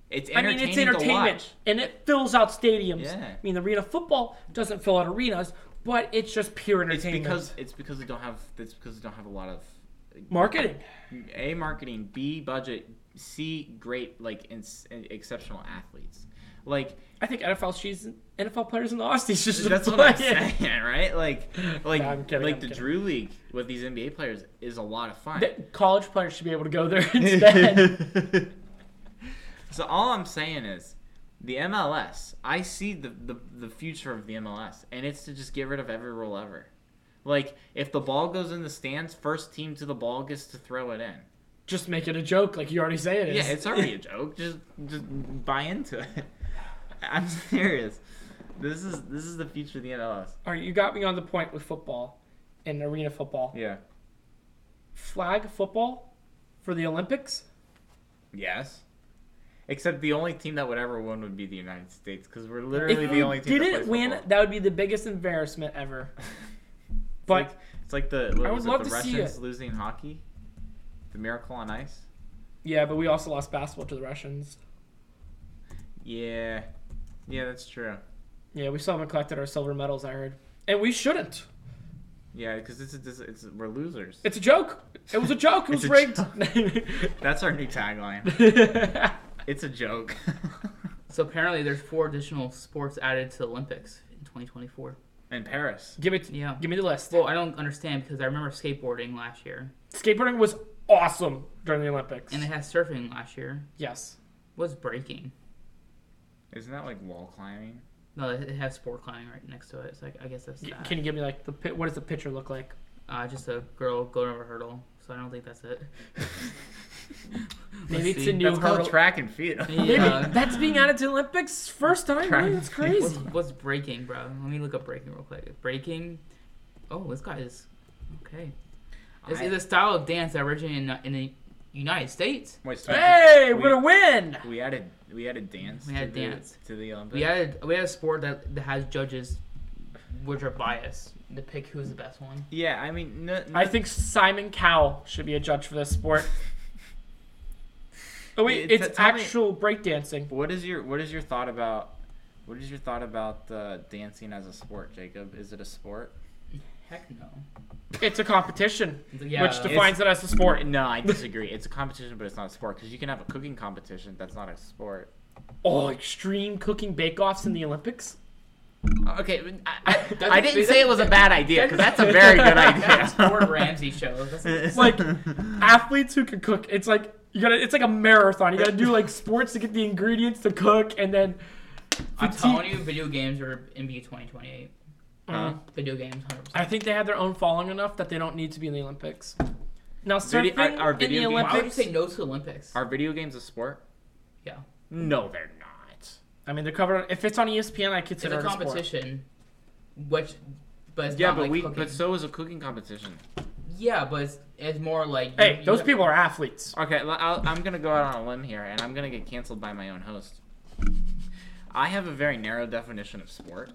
Speaker 3: It's
Speaker 2: I mean,
Speaker 3: entertaining
Speaker 2: it's
Speaker 3: To watch.
Speaker 2: entertainment and it fills out stadiums.
Speaker 3: Yeah.
Speaker 2: I mean, arena football doesn't fill out arenas, but it's just pure
Speaker 3: It's
Speaker 2: entertainment.
Speaker 3: because it's because we don't have it's because we don't have a lot of
Speaker 2: marketing.
Speaker 3: A marketing, B budget, C great like ins- exceptional athletes. Like
Speaker 2: I think NFL season, NFL players in the offseason just
Speaker 3: that's what I'm saying, right? Like like
Speaker 2: No, I'm kidding,
Speaker 3: like
Speaker 2: I'm
Speaker 3: the
Speaker 2: kidding.
Speaker 3: Drew League with these NBA players is a lot of fun.
Speaker 2: That college players should be able to go there instead.
Speaker 3: so all I'm saying is the MLS, I see the, the the future of the MLS and it's to just get rid of every rule ever. Like if the ball goes in the stands, first team to the ball gets to throw it in.
Speaker 2: just make it a joke, like you already say it is.
Speaker 3: Yeah, it's already a joke. Just just buy into it. I'm serious. This is this is the future of the MLS.
Speaker 2: All right, you got me on the point with football and arena football.
Speaker 3: Yeah.
Speaker 2: Flag football for the Olympics?
Speaker 3: Yes. Except the only team that would ever win would be the United States because we're literally
Speaker 2: if
Speaker 3: the
Speaker 2: we
Speaker 3: only team. that
Speaker 2: didn't
Speaker 3: plays
Speaker 2: win,
Speaker 3: football.
Speaker 2: that would be the biggest embarrassment ever.
Speaker 3: It's
Speaker 2: But
Speaker 3: like- it's like the what
Speaker 2: I
Speaker 3: was
Speaker 2: would
Speaker 3: it,
Speaker 2: love
Speaker 3: the
Speaker 2: to see
Speaker 3: Russians
Speaker 2: it.
Speaker 3: losing hockey, the Miracle on Ice.
Speaker 2: yeah, but we also lost basketball to the Russians.
Speaker 3: Yeah, yeah, that's true.
Speaker 2: Yeah, we still haven't collected our silver medals. I heard, and we shouldn't.
Speaker 3: Yeah, because this is this it's we're losers.
Speaker 2: It's a joke. It was a joke. It was
Speaker 3: It's a
Speaker 2: rigged.
Speaker 3: That's our new tagline. It's a joke.
Speaker 1: So apparently, there's four additional sports added to the Olympics in 2024.
Speaker 3: In Paris.
Speaker 2: give it.
Speaker 1: Yeah.
Speaker 2: Give me the list.
Speaker 1: Well, I don't understand because I remember skateboarding last year,
Speaker 2: Skateboarding was awesome during the Olympics.
Speaker 1: and they had surfing last year.
Speaker 2: yes.
Speaker 1: What's breaking?
Speaker 3: Isn't that like wall climbing?
Speaker 1: No, they they have sport climbing right next to it. So I, I guess that's
Speaker 2: G-
Speaker 1: that.
Speaker 2: Can you give me like the pi- what does the picture look like?
Speaker 1: uh, just a girl going over a hurdle. So I don't think that's it.
Speaker 2: Maybe
Speaker 1: Let's
Speaker 2: it's
Speaker 1: see.
Speaker 2: a new
Speaker 3: That's
Speaker 2: hurdle.
Speaker 3: called track and field.
Speaker 2: Maybe
Speaker 1: Yeah.
Speaker 2: that's being added to the Olympics first time.
Speaker 3: Track
Speaker 2: man.
Speaker 3: and
Speaker 2: That's
Speaker 3: field.
Speaker 2: crazy.
Speaker 1: What's, what's breaking, bro? Let me look up breaking real quick. Breaking. Oh, this guy is okay. It's,
Speaker 3: I-
Speaker 1: it's a style of dance that originated in, in the United States.
Speaker 3: Wait, so
Speaker 2: Hey,
Speaker 3: we,
Speaker 2: we're gonna win.
Speaker 3: we added we added dance.
Speaker 1: We added
Speaker 3: to the-
Speaker 1: dance.
Speaker 3: to the um, Olympics.
Speaker 1: We had we had a sport that, that has judges, which are biased to pick who's the best one.
Speaker 3: Yeah, I mean, no,
Speaker 2: I think Simon Cowell should be a judge for this sport. Oh wait,
Speaker 3: Yeah, t-
Speaker 2: it's
Speaker 3: tell me-
Speaker 2: actual breakdancing.
Speaker 3: What is your what is your thought about what is your thought about uh, dancing as a sport, Jacob? Is it a sport?
Speaker 1: Heck no.
Speaker 2: It's a competition,
Speaker 1: Yeah.
Speaker 2: which defines it as a sport.
Speaker 3: No, I disagree. it's a competition, but it's not a sport because you can have a cooking competition. That's not a sport.
Speaker 2: Oh, extreme cooking bake-offs in the Olympics.
Speaker 3: Okay, I, I,
Speaker 1: That's-
Speaker 3: I didn't say it was a bad idea because that's a very good
Speaker 1: That's Gordon
Speaker 3: idea.
Speaker 1: Ramsay show. That's
Speaker 2: Like athletes who can cook. It's like you gotta. It's like a marathon. You gotta do like sports to get the ingredients to cook, and then
Speaker 1: I'm
Speaker 2: fatigue-
Speaker 1: telling you, video games are NBA 2028.
Speaker 3: Huh?
Speaker 1: Video games, 100%.
Speaker 2: I think they had their own following enough that they don't need to be in the Olympics. Now surfing
Speaker 3: Video- are- are
Speaker 2: in
Speaker 3: video
Speaker 2: the
Speaker 3: games-
Speaker 1: Why would you
Speaker 2: Olympics.
Speaker 1: say no to the Olympics?
Speaker 3: Are video games a sport?
Speaker 1: yeah.
Speaker 3: No, they're not.
Speaker 2: I mean, they're covered. If it's on E ESPN, I
Speaker 1: It's
Speaker 2: consider
Speaker 1: a
Speaker 2: it a sport.
Speaker 1: competition, which, but it's
Speaker 3: yeah,
Speaker 1: not
Speaker 3: but
Speaker 1: like
Speaker 3: we
Speaker 1: cooking.
Speaker 3: but so is a cooking competition.
Speaker 1: yeah, but it's, it's more like
Speaker 2: Hey,
Speaker 1: you-
Speaker 2: those
Speaker 1: you-
Speaker 2: people are athletes.
Speaker 3: Okay, l- I'll, I'm gonna go out on a limb here, and I'm gonna get canceled by my own host. I have a very narrow definition of sport,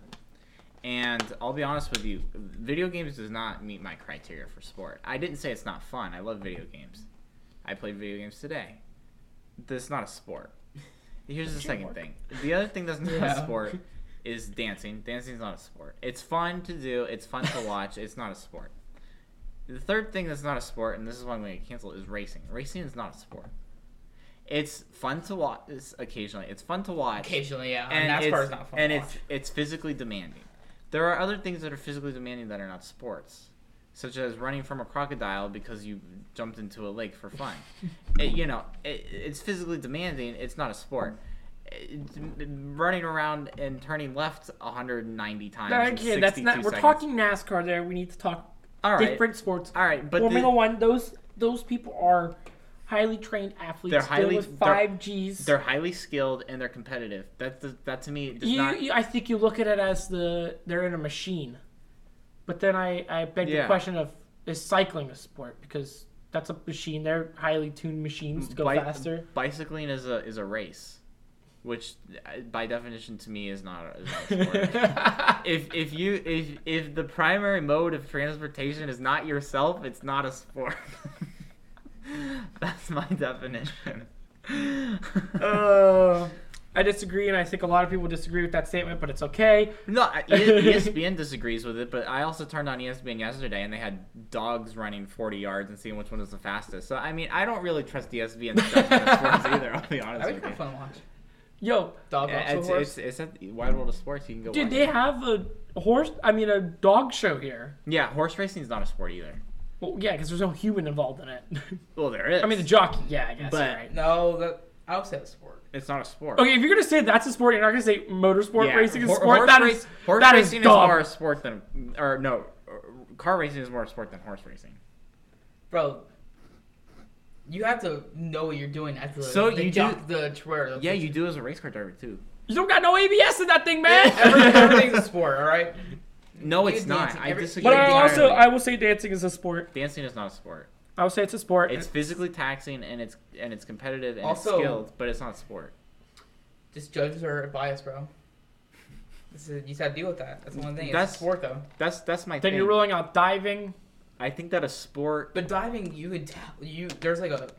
Speaker 3: and I'll be honest with you, video games does not meet my criteria for sport. I didn't say it's not fun. I love video games. I played video games today. That's not a sport. Here's the second thing. The other thing that's not
Speaker 1: Yeah.
Speaker 3: a sport is dancing. Dancing's not a sport. It's fun to do. It's fun to watch. It's not a sport. The third thing that's not a sport, and this is why I'm going to cancel, is racing. Racing is not a sport. It's fun to watch occasionally. It's fun to watch.
Speaker 1: occasionally, yeah, and,
Speaker 3: and
Speaker 1: that's NASCAR
Speaker 3: it's,
Speaker 1: is not fun.
Speaker 3: and
Speaker 1: to
Speaker 3: it's
Speaker 1: watch.
Speaker 3: it's physically demanding. There are other things that are physically demanding that are not sports, such as running from a crocodile because you jumped into a lake for fun. It- you know, it, it's physically demanding. It's not a sport. It's running around and turning left 190 times.
Speaker 2: No,
Speaker 3: in
Speaker 2: okay, that's
Speaker 3: 62
Speaker 2: not. We're
Speaker 3: seconds.
Speaker 2: talking NASCAR. There, we need to talk
Speaker 3: All right.
Speaker 2: different sports.
Speaker 3: All right, but
Speaker 2: Formula
Speaker 3: the-
Speaker 2: One. Those those people are highly trained athletes.
Speaker 3: They're
Speaker 2: They're
Speaker 3: highly-
Speaker 2: with
Speaker 3: they're-
Speaker 2: five Gs.
Speaker 3: They're highly skilled and they're competitive. That does, that to me does
Speaker 2: you,
Speaker 3: not.
Speaker 2: you- I think you look at it as the they're in a machine, but then I I beg
Speaker 3: Yeah.
Speaker 2: the question of is cycling a sport because that's a machine. They're highly tuned machines to go
Speaker 3: bi-
Speaker 2: faster.
Speaker 3: Bicycling is a is a race, which uh, by definition to me is not a, is not a sport. if if you if if the primary mode of transportation is not yourself, it's not a sport. That's my definition.
Speaker 2: Uh, I disagree, and I think a lot of people disagree with that statement, but it's okay.
Speaker 3: No, I- E- ESPN disagrees with it, but I also turned on E ESPN yesterday and they had dogs running 40 yards and seeing which one was the fastest. So, I mean, I don't really trust E ESPN stuff in sports either, I'll be honest
Speaker 1: that would be kind
Speaker 3: with you.
Speaker 1: of fun to watch.
Speaker 2: Yo,
Speaker 1: Dog
Speaker 3: Yeah,
Speaker 1: yeah,
Speaker 3: It's, it's, it's at the Wide World of Sports. You can go
Speaker 2: dude,
Speaker 3: watch
Speaker 2: they
Speaker 3: it.
Speaker 2: have a horse. I mean, a dog show here.
Speaker 3: Yeah, horse racing is not a sport either.
Speaker 2: Well, yeah, because there's no human involved in it.
Speaker 3: Well, there is.
Speaker 2: I mean, the jockey. Yeah, I guess.
Speaker 3: But-
Speaker 2: you're right.
Speaker 1: no, that I would say that's sport.
Speaker 3: it's not a sport.
Speaker 2: Okay, if you're gonna say that's a sport, you're not gonna say motorsport
Speaker 3: Yeah,
Speaker 2: racing is a
Speaker 3: hor-
Speaker 2: sport.
Speaker 3: Horse,
Speaker 2: That
Speaker 3: race-
Speaker 2: is
Speaker 3: horse
Speaker 2: that is
Speaker 3: racing
Speaker 2: dumb.
Speaker 3: more a sport than, or no, uh, car racing is more a sport than horse racing.
Speaker 1: bro. You have to know what you're doing at the
Speaker 3: So
Speaker 1: the
Speaker 3: you
Speaker 1: jock, the where the
Speaker 3: Yeah, you do as a race car driver too.
Speaker 2: You don't got no ABS in that thing, man.
Speaker 1: Everything, everything's a sport, all right.
Speaker 3: No,
Speaker 1: You
Speaker 3: it's not.
Speaker 1: dancing
Speaker 3: I
Speaker 1: every-
Speaker 3: disagree.
Speaker 2: but I also
Speaker 3: entirely.
Speaker 2: I will say dancing is a sport.
Speaker 3: dancing is not a sport.
Speaker 2: I will say it's a sport.
Speaker 3: It's physically taxing and it's and it's competitive and
Speaker 1: Also-
Speaker 3: it's skilled, but it's not a sport.
Speaker 1: Just judges are biased, bro. This is, you just have to deal with that. That's the one thing.
Speaker 3: That's-
Speaker 1: it's a sport though.
Speaker 3: That's that's my
Speaker 2: then
Speaker 3: thing.
Speaker 2: you're ruling out diving.
Speaker 3: I think that a sport.
Speaker 1: But diving, you could tell you there's like a,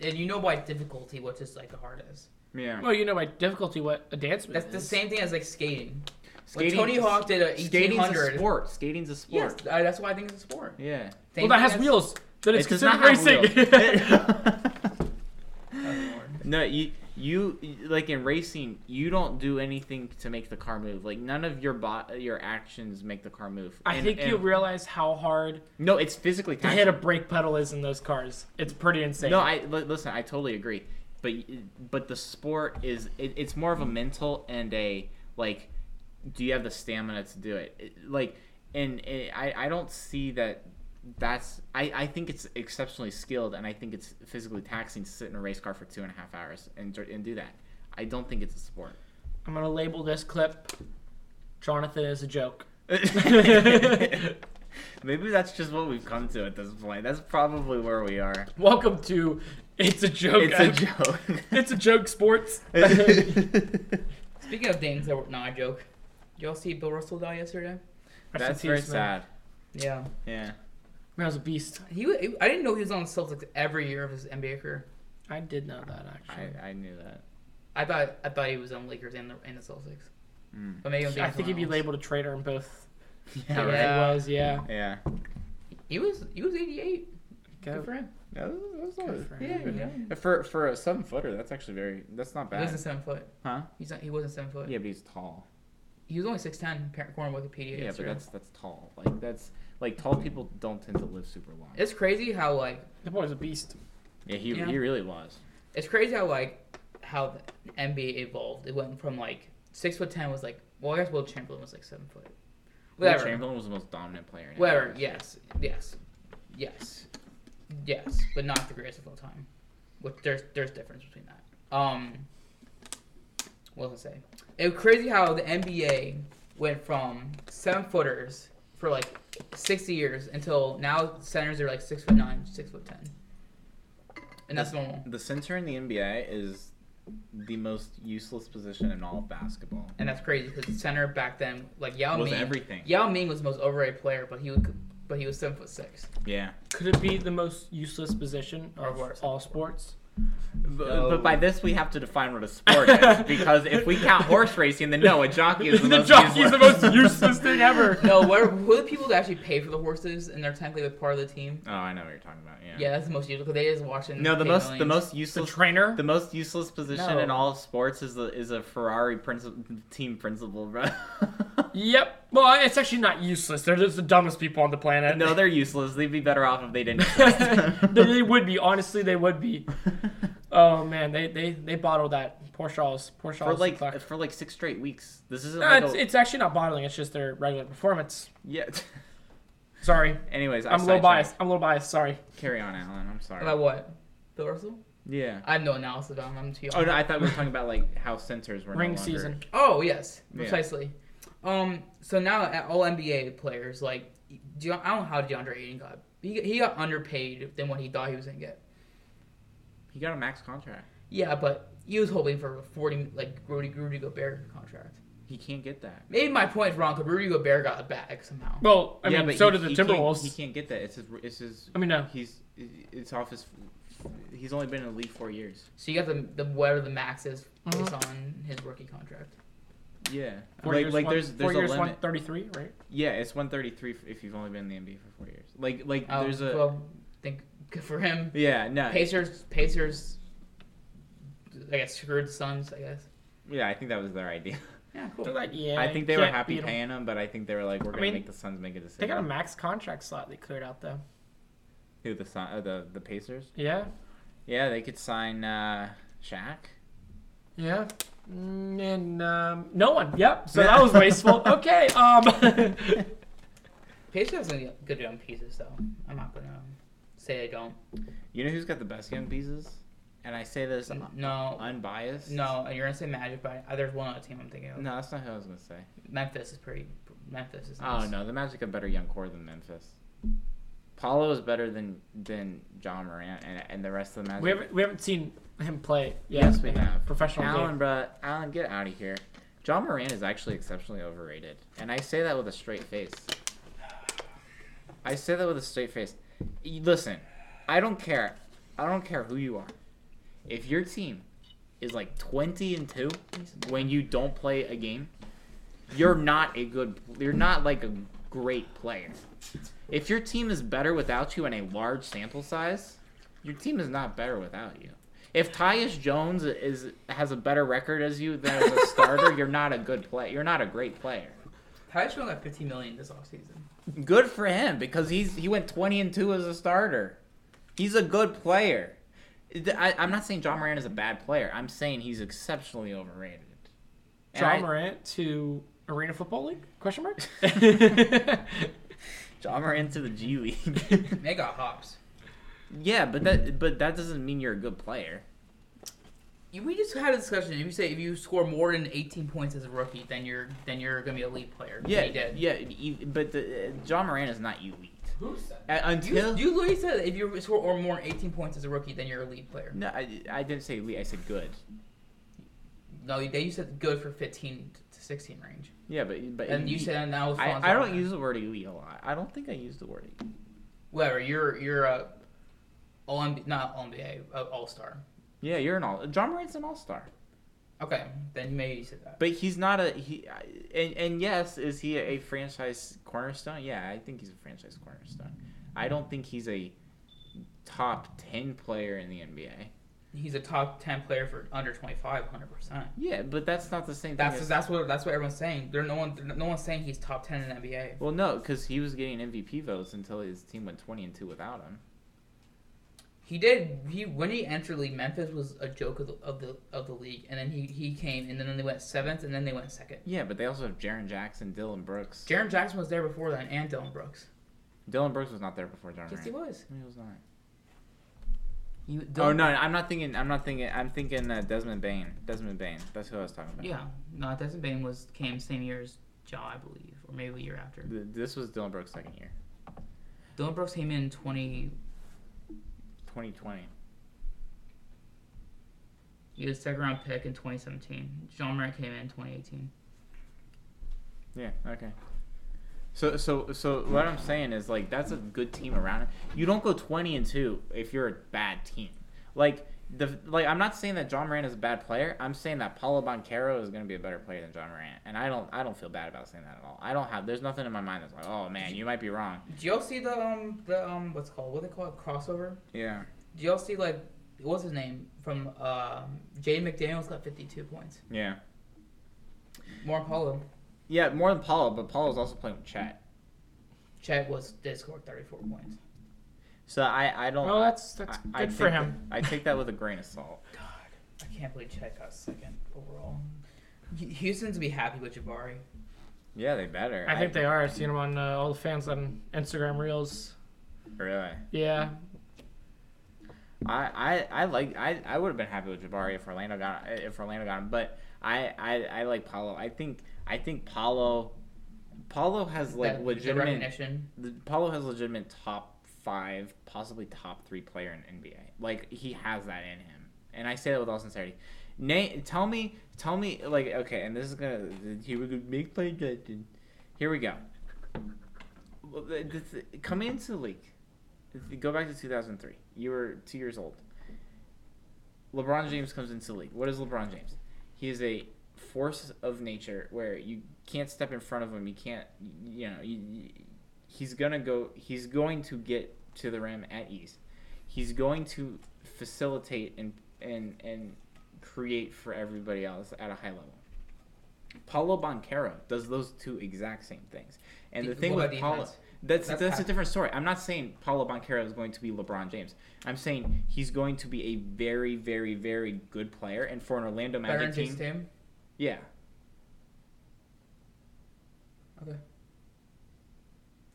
Speaker 1: and you know by difficulty which is like the hardest.
Speaker 3: Yeah.
Speaker 2: Well, you know by difficulty what a dance move
Speaker 1: That's the
Speaker 2: is.
Speaker 1: same thing as like skating.
Speaker 3: Skating-
Speaker 1: when Tony Hawk did a eighteen
Speaker 3: Skating's a
Speaker 1: hundred.
Speaker 3: sport. Skating's a
Speaker 1: Yes,
Speaker 3: sport.
Speaker 1: I, that's why I think it's a sport.
Speaker 3: Yeah.
Speaker 2: Well,
Speaker 1: Same
Speaker 2: that
Speaker 1: thing
Speaker 2: has
Speaker 1: as-
Speaker 2: wheels. Then it's
Speaker 3: It does
Speaker 2: considered
Speaker 3: not
Speaker 2: racing.
Speaker 3: have wheels.
Speaker 1: Oh, Lord.
Speaker 3: no, you you like in racing, you don't do anything to make the car move. Like none of your bo- your actions make the car move.
Speaker 2: I
Speaker 3: And-
Speaker 2: think you
Speaker 3: and-
Speaker 2: realize how hard
Speaker 3: No, it's physically
Speaker 2: to
Speaker 3: taxing.
Speaker 2: hit a brake pedal is in those cars. It's pretty insane.
Speaker 3: No, I li- listen. I totally agree. But but the sport is it, it's more of a mental and a like, do you have the stamina to do it? It- like, and, and I I don't see that. That's I I think it's exceptionally skilled, and I think it's physically taxing to sit in a race car for two and a half hours and dr- and do that. I don't think it's a sport.
Speaker 2: I'm gonna label this clip. Jonathan is a joke.
Speaker 3: Maybe that's just what we've come to at this point. That's probably where we are.
Speaker 2: Welcome to It's a Joke.
Speaker 3: It's a joke.
Speaker 2: It's a Joke Sports.
Speaker 1: Speaking of things that were no, I joke. Did y'all see Bill Russell die yesterday?
Speaker 3: that's very sad.
Speaker 1: Yeah,
Speaker 3: Yeah.
Speaker 2: Man, I was a beast.
Speaker 1: he. wa- I didn't know he was on the Celtics every year of his NBA career.
Speaker 2: I did know that actually.
Speaker 3: I, I knew that.
Speaker 1: I thought I thought he was on Lakers and the and the Celtics,
Speaker 3: Mm.
Speaker 1: but maybe I'm
Speaker 2: I,
Speaker 1: being
Speaker 2: think he'd be
Speaker 1: someone else.
Speaker 2: labeled a traitor in both.
Speaker 3: Yeah.
Speaker 2: he
Speaker 3: Right.
Speaker 1: Yeah.
Speaker 2: was. Yeah.
Speaker 3: Yeah.
Speaker 1: He was he was 88. Good for him.
Speaker 3: Yeah, that's- that's
Speaker 2: Good
Speaker 3: always-
Speaker 2: for him.
Speaker 1: Yeah,
Speaker 2: Yeah.
Speaker 1: yeah.
Speaker 3: For for a seven footer, that's actually very. That's not
Speaker 1: He
Speaker 3: bad.
Speaker 1: wasn't seven foot.
Speaker 3: Huh?
Speaker 1: He's not. He wasn't seven foot.
Speaker 3: Yeah, but he's tall.
Speaker 1: He was only six ten. Parent corner Wikipedia.
Speaker 3: Yeah, but
Speaker 1: yesterday.
Speaker 3: that's that's tall. Like that's like tall people don't tend to live super long.
Speaker 1: it's crazy how like
Speaker 2: the boy was a beast.
Speaker 3: Yeah, he
Speaker 1: Yeah.
Speaker 3: he really was.
Speaker 1: it's crazy how like how the NBA evolved. It went from like six foot ten was like well I guess Will Chamberlain was like seven foot.
Speaker 3: Will
Speaker 1: Whatever.
Speaker 3: Chamberlain was the most dominant player. In
Speaker 1: Whatever.
Speaker 3: NBA.
Speaker 1: Yes. Yes. Yes. Yes. But not the greatest of all time. Which there's there's difference between that. Um. What was I say? It was crazy how the NBA went from seven footers for like sixty years until now centers are like six foot nine, six foot ten. And that's normal.
Speaker 3: The center in the NBA is the most useless position in all of basketball.
Speaker 1: And that's crazy because center back then, like Yao
Speaker 3: was
Speaker 1: Ming,
Speaker 3: everything.
Speaker 1: Yao Ming was the most overrated player, but he would, but he was seven foot six.
Speaker 3: Yeah.
Speaker 2: Could it be the most useless position
Speaker 1: Or
Speaker 2: of
Speaker 1: worse.
Speaker 2: all sports?
Speaker 3: But,
Speaker 1: No.
Speaker 3: but by this we have to define what a sport is because if we count horse racing, then no, a jockey is the, most useless.
Speaker 2: useless thing ever.
Speaker 1: No, where who are the people that actually pay for the horses and they're technically a part of the team?
Speaker 3: Oh, I know what you're talking about. Yeah.
Speaker 1: Yeah, that's the most usual because they just watching.
Speaker 3: No, the most the most
Speaker 2: The
Speaker 3: useless
Speaker 2: trainer.
Speaker 3: the most useless position in
Speaker 1: No.
Speaker 3: all of sports is the is a Ferrari princi- team principal, bro.
Speaker 2: Yep. Well, it's actually not useless. They're just the dumbest people on the planet.
Speaker 3: no, they're useless. They'd be better off if they didn't.
Speaker 2: they, they would be. Honestly, they would be. Oh man, they they they bottled that. Poor Charles. Poor
Speaker 3: for
Speaker 2: Charles.
Speaker 3: like
Speaker 2: Leclerc.
Speaker 3: for like six straight weeks. This isn't
Speaker 2: Nah,
Speaker 3: like
Speaker 2: it's,
Speaker 3: a,
Speaker 2: it's actually not bottling. It's just their regular performance.
Speaker 3: yeah.
Speaker 2: Sorry,
Speaker 3: Anyways, I
Speaker 2: I'm a little
Speaker 3: sidetracked.
Speaker 2: biased. I'm a little biased. Sorry.
Speaker 3: Carry on, Alan. I'm sorry.
Speaker 1: About what? Bill Russell?
Speaker 3: yeah.
Speaker 1: I have no analysis on. him, I'm too young.
Speaker 3: Oh no, I thought we were talking about like how centers were no
Speaker 2: Ring
Speaker 3: longer-
Speaker 2: season.
Speaker 1: Oh yes,
Speaker 3: Yeah.
Speaker 1: precisely. Um, so now at all NBA players like, De- I don't know how DeAndre Ayton got. He, he got underpaid than what he thought he was gonna get.
Speaker 3: He got a max contract.
Speaker 1: Yeah, but he was hoping for a forty like Rudy Rudy Gobert contract.
Speaker 3: He can't get that.
Speaker 1: Maybe my point's wrong because Rudy Gobert got a bag somehow.
Speaker 2: Well, I
Speaker 3: yeah,
Speaker 2: mean,
Speaker 3: but
Speaker 2: so
Speaker 3: he,
Speaker 2: did the
Speaker 3: he Can't,
Speaker 2: Timberwolves.
Speaker 3: he can't get that. It's his. It's his.
Speaker 2: I mean, no.
Speaker 3: He's. It's off his. He's only been in the league four years.
Speaker 1: So you got the the whatever the max is based
Speaker 2: Mhm.
Speaker 1: on his rookie contract.
Speaker 3: Yeah.
Speaker 2: Four
Speaker 3: like
Speaker 2: years,
Speaker 3: like
Speaker 2: one-
Speaker 3: there's
Speaker 2: four
Speaker 3: there's
Speaker 2: years,
Speaker 3: a limit.
Speaker 2: 133, right?
Speaker 3: Yeah, it's 133 f- if you've only been in the NBA for four years. Like like
Speaker 1: Oh,
Speaker 3: there's a.
Speaker 1: well, think good for him.
Speaker 3: yeah no.
Speaker 1: Pacers, Pacers. I guess screwed the Suns. I guess.
Speaker 3: Yeah, I think that was their idea.
Speaker 1: Yeah,
Speaker 2: They're
Speaker 1: cool.
Speaker 2: like, yeah.
Speaker 3: I think they were
Speaker 2: can't
Speaker 3: happy
Speaker 2: beat 'em.
Speaker 3: paying him, but I think they were like, we're gonna
Speaker 2: mean,
Speaker 3: make the Suns make a decision.
Speaker 2: They got a max contract slot they cleared out though.
Speaker 3: Who the Sun? Uh, the the Pacers?
Speaker 2: Yeah.
Speaker 3: Yeah, they could sign uh, Shaq.
Speaker 2: Yeah. Mm, And um, no one. Yep. So that was wasteful. okay. Um.
Speaker 1: Pacers have some good young pieces, though. I'm not gonna say they don't.
Speaker 3: You know who's got the best young pieces? And I say this un-
Speaker 1: No,
Speaker 3: unbiased.
Speaker 1: no, you're gonna say Magic, but I- there's one other team I'm thinking of.
Speaker 3: No, that's not who I was gonna say.
Speaker 1: Memphis is pretty. Memphis is.
Speaker 3: Oh
Speaker 1: Nice.
Speaker 3: no, the Magic have better young core than Memphis. Paulo is better than than John Morant and, and the rest of the Magic.
Speaker 2: We haven't we haven't seen him play. Yet
Speaker 3: yes, we
Speaker 2: in a
Speaker 3: have.
Speaker 2: Professional game.
Speaker 3: Alan, bruh, Alan, get out of here. John Morant is actually exceptionally overrated, and I say that with a straight face. I say that with a straight face. Y- Listen, I don't care. I don't care who you are. If your team is like 20 and 2 when you don't play a game, you're not a good you're not like a great player. If your team is better without you in a large sample size, your team is not better without you. If Tyus Jones is has a better record as you than as a starter, you're not a good play. You're not a great player.
Speaker 1: Tyus Jones got 15 million this offseason.
Speaker 3: Good for him because he's he went 20 and 2 as a starter. He's a good player. I, I'm not saying John Moran is a bad player. I'm saying he's exceptionally overrated. And
Speaker 2: John
Speaker 3: I-
Speaker 2: Morant to Arena Football League? Question mark.
Speaker 3: John Moran to the G League.
Speaker 1: They got hops.
Speaker 3: Yeah, but that but that doesn't mean you're a good player.
Speaker 1: you- we just had a discussion. You say if you score more than 18 points as a rookie, then you're then you're gonna be a lead player.
Speaker 3: Yeah,
Speaker 1: he did.
Speaker 3: yeah, e- but the, uh, John Moran is not elite.
Speaker 2: Who said
Speaker 3: Uh, until
Speaker 1: You, you literally said if you score or more than 18 points as a rookie, then you're a lead player.
Speaker 3: no, I, I didn't say elite. I said good.
Speaker 1: No, you, you said good for 15 to 16 range,
Speaker 3: Yeah, but but
Speaker 1: and you
Speaker 3: elite-
Speaker 1: said and that was. Fonz
Speaker 3: I, I don't
Speaker 1: Wagner.
Speaker 3: use the word elite a lot. I don't think I use the word elite.
Speaker 1: whatever. You're you're a all NBA, not all NBA, all star.
Speaker 3: Yeah, you're an all. John Moran's an all star,
Speaker 1: Okay, then maybe you said that.
Speaker 3: but he's not a he. I- And and yes, is he a franchise cornerstone? Yeah, I think he's a franchise cornerstone. I don't think he's a top ten player in the NBA.
Speaker 1: He's a top 10 player for under 25, 100 percent.
Speaker 3: Yeah, but that's not the same. thing
Speaker 1: That's
Speaker 3: as-
Speaker 1: that's what that's what everyone's saying. There no one no one's saying he's top 10 in the NBA.
Speaker 3: well, no, because he was getting MVP votes until his team went twenty and two without him.
Speaker 1: He did. He when he entered league, Memphis was a joke of the of the, of the league, and then he, he came, and then they went seventh, and then they went second.
Speaker 3: Yeah, but they also have Jaron Jackson, Dylan Brooks.
Speaker 1: Jaron Jackson was there before then, and Dylan Brooks.
Speaker 3: Dylan Brooks was not there before John
Speaker 1: Yes, he
Speaker 3: Moran.
Speaker 1: was.
Speaker 3: No, he was not.
Speaker 1: He,
Speaker 3: Oh
Speaker 1: Dylan-
Speaker 3: no, I'm not thinking. I'm not thinking. I'm thinking uh, Desmond Bain. Desmond Bain. That's who I was talking about.
Speaker 1: Yeah, no, Desmond Bain was came same year as Ja, I believe, or maybe a year after.
Speaker 3: Th- This was Dylan Brooks' second year,
Speaker 1: Dylan Brooks came in 20.
Speaker 3: 2020.
Speaker 1: He was second round pick in 2017. John Morant came in 2018.
Speaker 3: Yeah. Okay. So so so what I'm saying is like that's a good team around. him. You don't go 20 and two if you're a bad team. Like the like I'm not saying that John Moran is a bad player. I'm saying that Paulo Boncaro is going to be a better player than John Moran, and I don't I don't feel bad about saying that at all. I don't have there's nothing in my mind that's like oh man you might be wrong.
Speaker 1: Do y'all see the um the um what's it called what they call it crossover?
Speaker 3: Yeah.
Speaker 1: Do y'all see like what's his name from um Jay McDaniels got 52 points.
Speaker 3: Yeah.
Speaker 1: More Paulo.
Speaker 3: Yeah. More than Paulo, but Paulo's also playing with Chet.
Speaker 1: Chet was did score 34 points.
Speaker 3: So I, I don't.
Speaker 2: Well, that's- that's
Speaker 3: I- I
Speaker 2: good for
Speaker 3: take
Speaker 2: him.
Speaker 3: that- I take that with a grain of salt.
Speaker 1: God, I can't believe Chet got second overall. H- Houston's be happy with Jabari.
Speaker 3: Yeah, they better.
Speaker 2: I think they are. I've seen them on uh, all the fans on Instagram reels.
Speaker 3: really.
Speaker 2: Yeah,
Speaker 3: I, I, I like. I, I would have been happy with Jabari if Orlando got if Orlando got him, but I, I, I like Paulo. I think I think Paulo, Paulo has like
Speaker 1: That- the
Speaker 3: legitimate.
Speaker 1: recognition.
Speaker 3: The, Paulo has legitimate top five, possibly top three player in NBA. Like he has that in him, and I say that with all sincerity. Nate, tell me, tell me, like, okay, and this is gonna here we go, make play judging. Here we go. Well, th- th- th- Coming into the league, if you go back to 2003. You were two years old. LeBron James comes into the league. What is LeBron James? He is a force of nature where you can't step in front of him. You can't, you know, you, you- he's gonna go. He's going to get to the rim at ease. He's going to facilitate and and and create for everybody else at a high level. Paulo Boncaro does those two exact same things. And the
Speaker 1: What
Speaker 3: thing
Speaker 1: about
Speaker 3: with Paulo,
Speaker 1: defense? That's
Speaker 3: that's that's, a
Speaker 1: packed.
Speaker 3: different story. I'm not saying Paulo Boncaro is going to be LeBron James. I'm saying he's going to be a very, very, very good player, and for an Orlando Magic
Speaker 1: Baron
Speaker 3: team,
Speaker 1: team. team.
Speaker 3: yeah.
Speaker 1: Okay.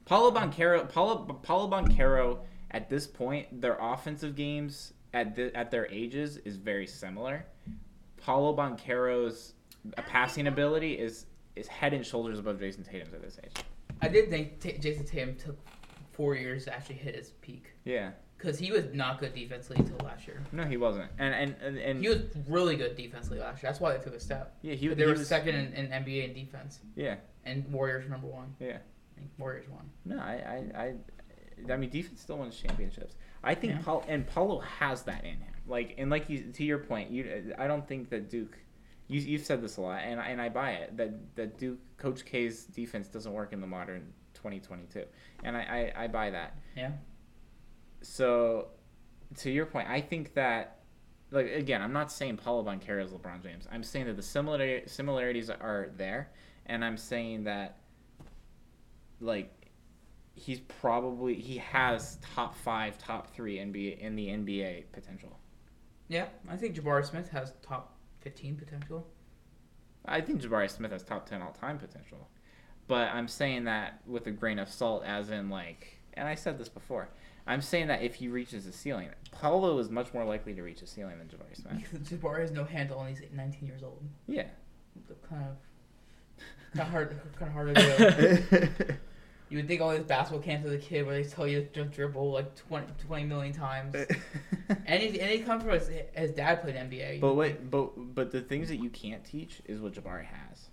Speaker 3: Paulo Boncaro, Paulo Paulo Boncaro, at this point, their offensive games at the, at their ages is very similar. Paulo Boncaro's passing ability is is head and shoulders above Jason Tatum's at this age.
Speaker 1: I did think Ta Jason Tatum took four years to actually hit his peak
Speaker 3: Yeah.
Speaker 1: because he was not good defensively until last year.
Speaker 3: No, he wasn't. And and and, and
Speaker 1: He was really good defensively last year. That's why they took a step.
Speaker 3: yeah, he,
Speaker 1: But
Speaker 3: was
Speaker 1: they
Speaker 3: he
Speaker 1: were
Speaker 3: was,
Speaker 1: second in, in NBA in defense,
Speaker 3: Yeah,
Speaker 1: and Warriors number one.
Speaker 3: yeah.
Speaker 1: I think Warriors won.
Speaker 3: No, I, I, I, I mean, defense still wins championships. I think
Speaker 1: Yeah.
Speaker 3: Paul and Paulo has that in him. Like, and like you, to your point, you, I don't think that Duke. You, you've said this a lot, and I- and I buy it that that Duke Coach K's defense doesn't work in the modern 2022, and I, I, I buy that
Speaker 1: Yeah.
Speaker 3: so to your point, I think that like again, I'm not saying Paulo Boncaro is LeBron James. I'm saying that the similar similarities are there, and I'm saying that like he's probably he has top five, top three NBA in the NBA potential.
Speaker 1: Yeah. I think Jabari Smith has top 15 potential.
Speaker 3: I think Jabari Smith has top ten all time potential, but I'm saying that with a grain of salt, as in like, and I said this before. I'm saying that if he reaches the ceiling, Paulo is much more likely to reach the ceiling than Jabari Smith.
Speaker 1: Because Jabari has no handle and he's 19 years old.
Speaker 3: Yeah.
Speaker 1: Kind of, kind of hard, kind of hard to do. you would think all these basketball camps as a kid where they tell you to dribble like 20, 20 million
Speaker 3: Eh,
Speaker 1: times. and he and he comes from his, his dad played NBA.
Speaker 3: but what? But but the things that you can't teach is what Jabari has.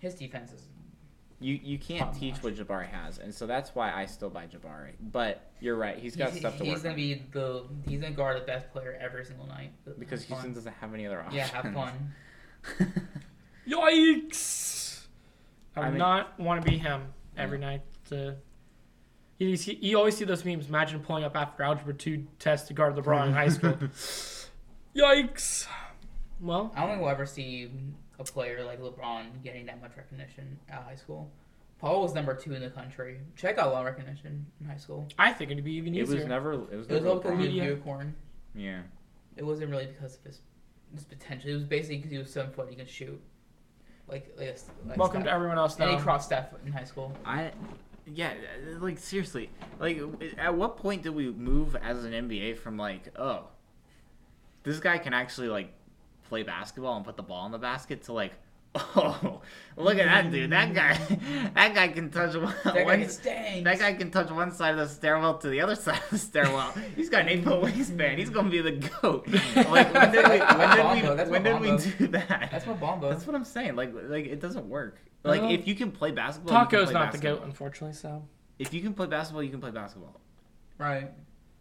Speaker 1: his defense is
Speaker 3: You you can't
Speaker 1: Top
Speaker 3: teach what Jabari has, and so that's why I still buy Jabari. But you're right; he's got stuff to
Speaker 1: he's
Speaker 3: work
Speaker 1: gonna
Speaker 3: on
Speaker 1: be the he's gonna guard the best player every single night. But
Speaker 3: because
Speaker 1: have
Speaker 3: Houston
Speaker 1: fun.
Speaker 3: doesn't have any other options.
Speaker 1: yeah, have fun.
Speaker 2: Yikes! I
Speaker 3: I
Speaker 2: would
Speaker 3: mean-
Speaker 2: not want to be him every night. To you, see, you always see those memes. Imagine pulling up after algebra two test to guard LeBron in high school. Yikes! Well,
Speaker 1: I don't think we'll ever see a player like LeBron getting that much recognition at high school. Paul was number two in the country. Check got a lot of recognition in high school.
Speaker 2: I think it'd be even
Speaker 3: It was
Speaker 2: easier.
Speaker 3: never. It was
Speaker 1: It was
Speaker 3: never.
Speaker 1: all because he was a
Speaker 2: LeBron.
Speaker 1: unicorn.
Speaker 3: yeah.
Speaker 1: It wasn't really because of his his potential. It was basically because he was seven foot. He could shoot. Like, like, like
Speaker 2: Welcome to
Speaker 1: Steph.
Speaker 2: everyone else
Speaker 1: and he
Speaker 2: now.
Speaker 1: crossed Steph in high school.
Speaker 3: I. Yeah, like seriously, like at what point did we move as an NBA from like, oh, this guy can actually like play basketball and put the ball in the basket to like, oh, look at that dude, that guy, that guy can touch one,
Speaker 1: That guy
Speaker 3: one-
Speaker 1: can stank.
Speaker 3: that guy can touch one side of the stairwell to the other side of the stairwell. He's got an eight foot wingspan. He's gonna be the goat. Like when did we when did
Speaker 1: That's
Speaker 3: we, when did we
Speaker 1: Mbamba.
Speaker 3: do that?
Speaker 1: That's Mobamba.
Speaker 3: That's what I'm saying. Like, like it doesn't work. Like,
Speaker 2: Well,
Speaker 3: if you can play basketball, you can
Speaker 2: Taco's
Speaker 3: play
Speaker 2: not the
Speaker 3: basketball.
Speaker 2: goat, unfortunately. So
Speaker 3: If you can play basketball, you can play basketball.
Speaker 1: right.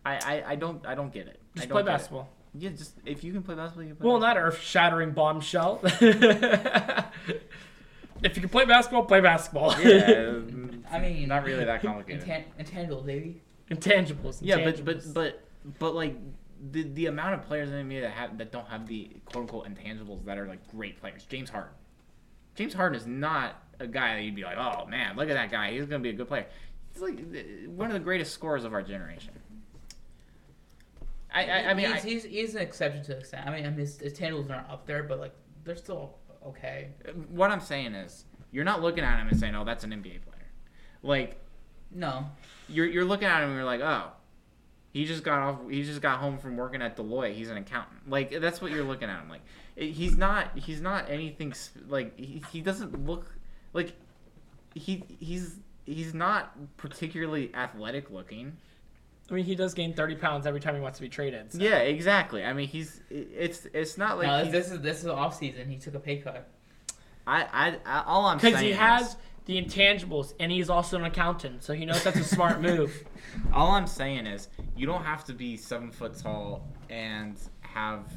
Speaker 3: I, I, I don't, I don't get it. I
Speaker 2: just
Speaker 3: don't
Speaker 2: play
Speaker 3: get it.
Speaker 2: basketball.
Speaker 3: Yeah, just if you can play basketball, you can play.
Speaker 2: Well, not earth shattering bombshell. if you can play basketball, play basketball.
Speaker 3: basketball. Yeah,
Speaker 1: I mean,
Speaker 3: not really that complicated.
Speaker 1: Intan- intangible, baby.
Speaker 2: intangibles,
Speaker 3: yeah, but but
Speaker 2: intangibles.
Speaker 3: but but like the the amount of players in the NBA that have that don't have the quote unquote intangibles that are like great players. James Harden. James Harden is not a guy that you'd be like, oh man, look at that guy. He's gonna be a good player. He's like the- one of the greatest scorers of our generation. I I, I mean,
Speaker 1: he's,
Speaker 3: I,
Speaker 1: he's, he's an exception to the extent. I mean, I mean his, his tangibles aren't up there, but like they're still okay.
Speaker 3: what I'm saying is, you're not looking at him and saying, oh, that's an NBA player. Like
Speaker 1: No,
Speaker 3: you're you're looking at him and you're like, oh, he just got off. He just got home from working at Deloitte. He's an accountant. Like that's what you're looking at him like. It- He's not. He's not anything. sp- Like he, he doesn't look like he he's he's not particularly athletic looking.
Speaker 2: I mean, he does gain thirty pounds every time he wants to be traded. so-
Speaker 3: Yeah, exactly. I mean, he's it- it's it's not like
Speaker 1: no.
Speaker 3: he's-
Speaker 1: This is this is off season. He took a pay cut.
Speaker 3: I, I I all I'm saying
Speaker 2: Because he
Speaker 3: is-
Speaker 2: has the intangibles, and he's also an accountant, so he knows that's a smart move.
Speaker 3: All I'm saying is, you don't have to be seven foot tall and have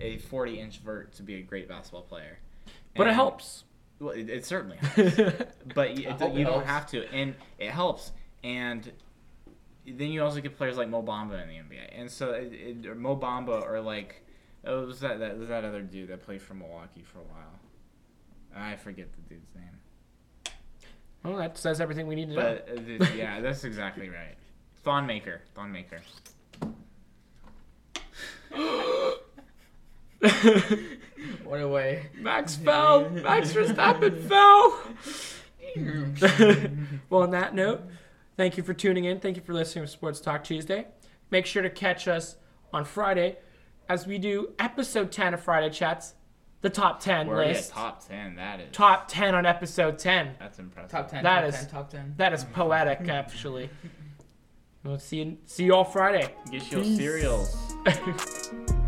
Speaker 3: a 40 inch vert to be a great basketball player.
Speaker 2: But it
Speaker 3: And-
Speaker 2: helps.
Speaker 3: Well, it, it certainly helps.
Speaker 2: That's
Speaker 3: but you,
Speaker 1: I
Speaker 3: it,
Speaker 1: hope it
Speaker 3: you don't
Speaker 1: helps.
Speaker 3: have to, and it helps. And then you also get players like Mo Bamba in the NBA, and so it, it, or Mo Bamba or like oh, was that that was that other dude that played for Milwaukee for a while. I forget the dude's name,
Speaker 2: well, that says everything we need to know.
Speaker 3: but uh, th- yeah, that's exactly right. Thonmaker, Thonmaker.
Speaker 1: What a way.
Speaker 2: Max fell. Max Verstappen fell. well, on that note, thank you for tuning in. Thank you for listening to Sports Talk Tuesday. Make sure to catch us on Friday as we do episode 10 of Friday Chats, the top 10
Speaker 3: We're already at
Speaker 2: list. Top-,
Speaker 3: top ten. That is
Speaker 2: 10 on episode 10.
Speaker 3: That's impressive.
Speaker 1: Top ten.
Speaker 2: That
Speaker 1: top
Speaker 2: is-
Speaker 1: ten. Top ten.
Speaker 2: That is poetic, actually. We'll see you, see you all Friday.
Speaker 3: Get your
Speaker 1: Peace.
Speaker 3: cereals.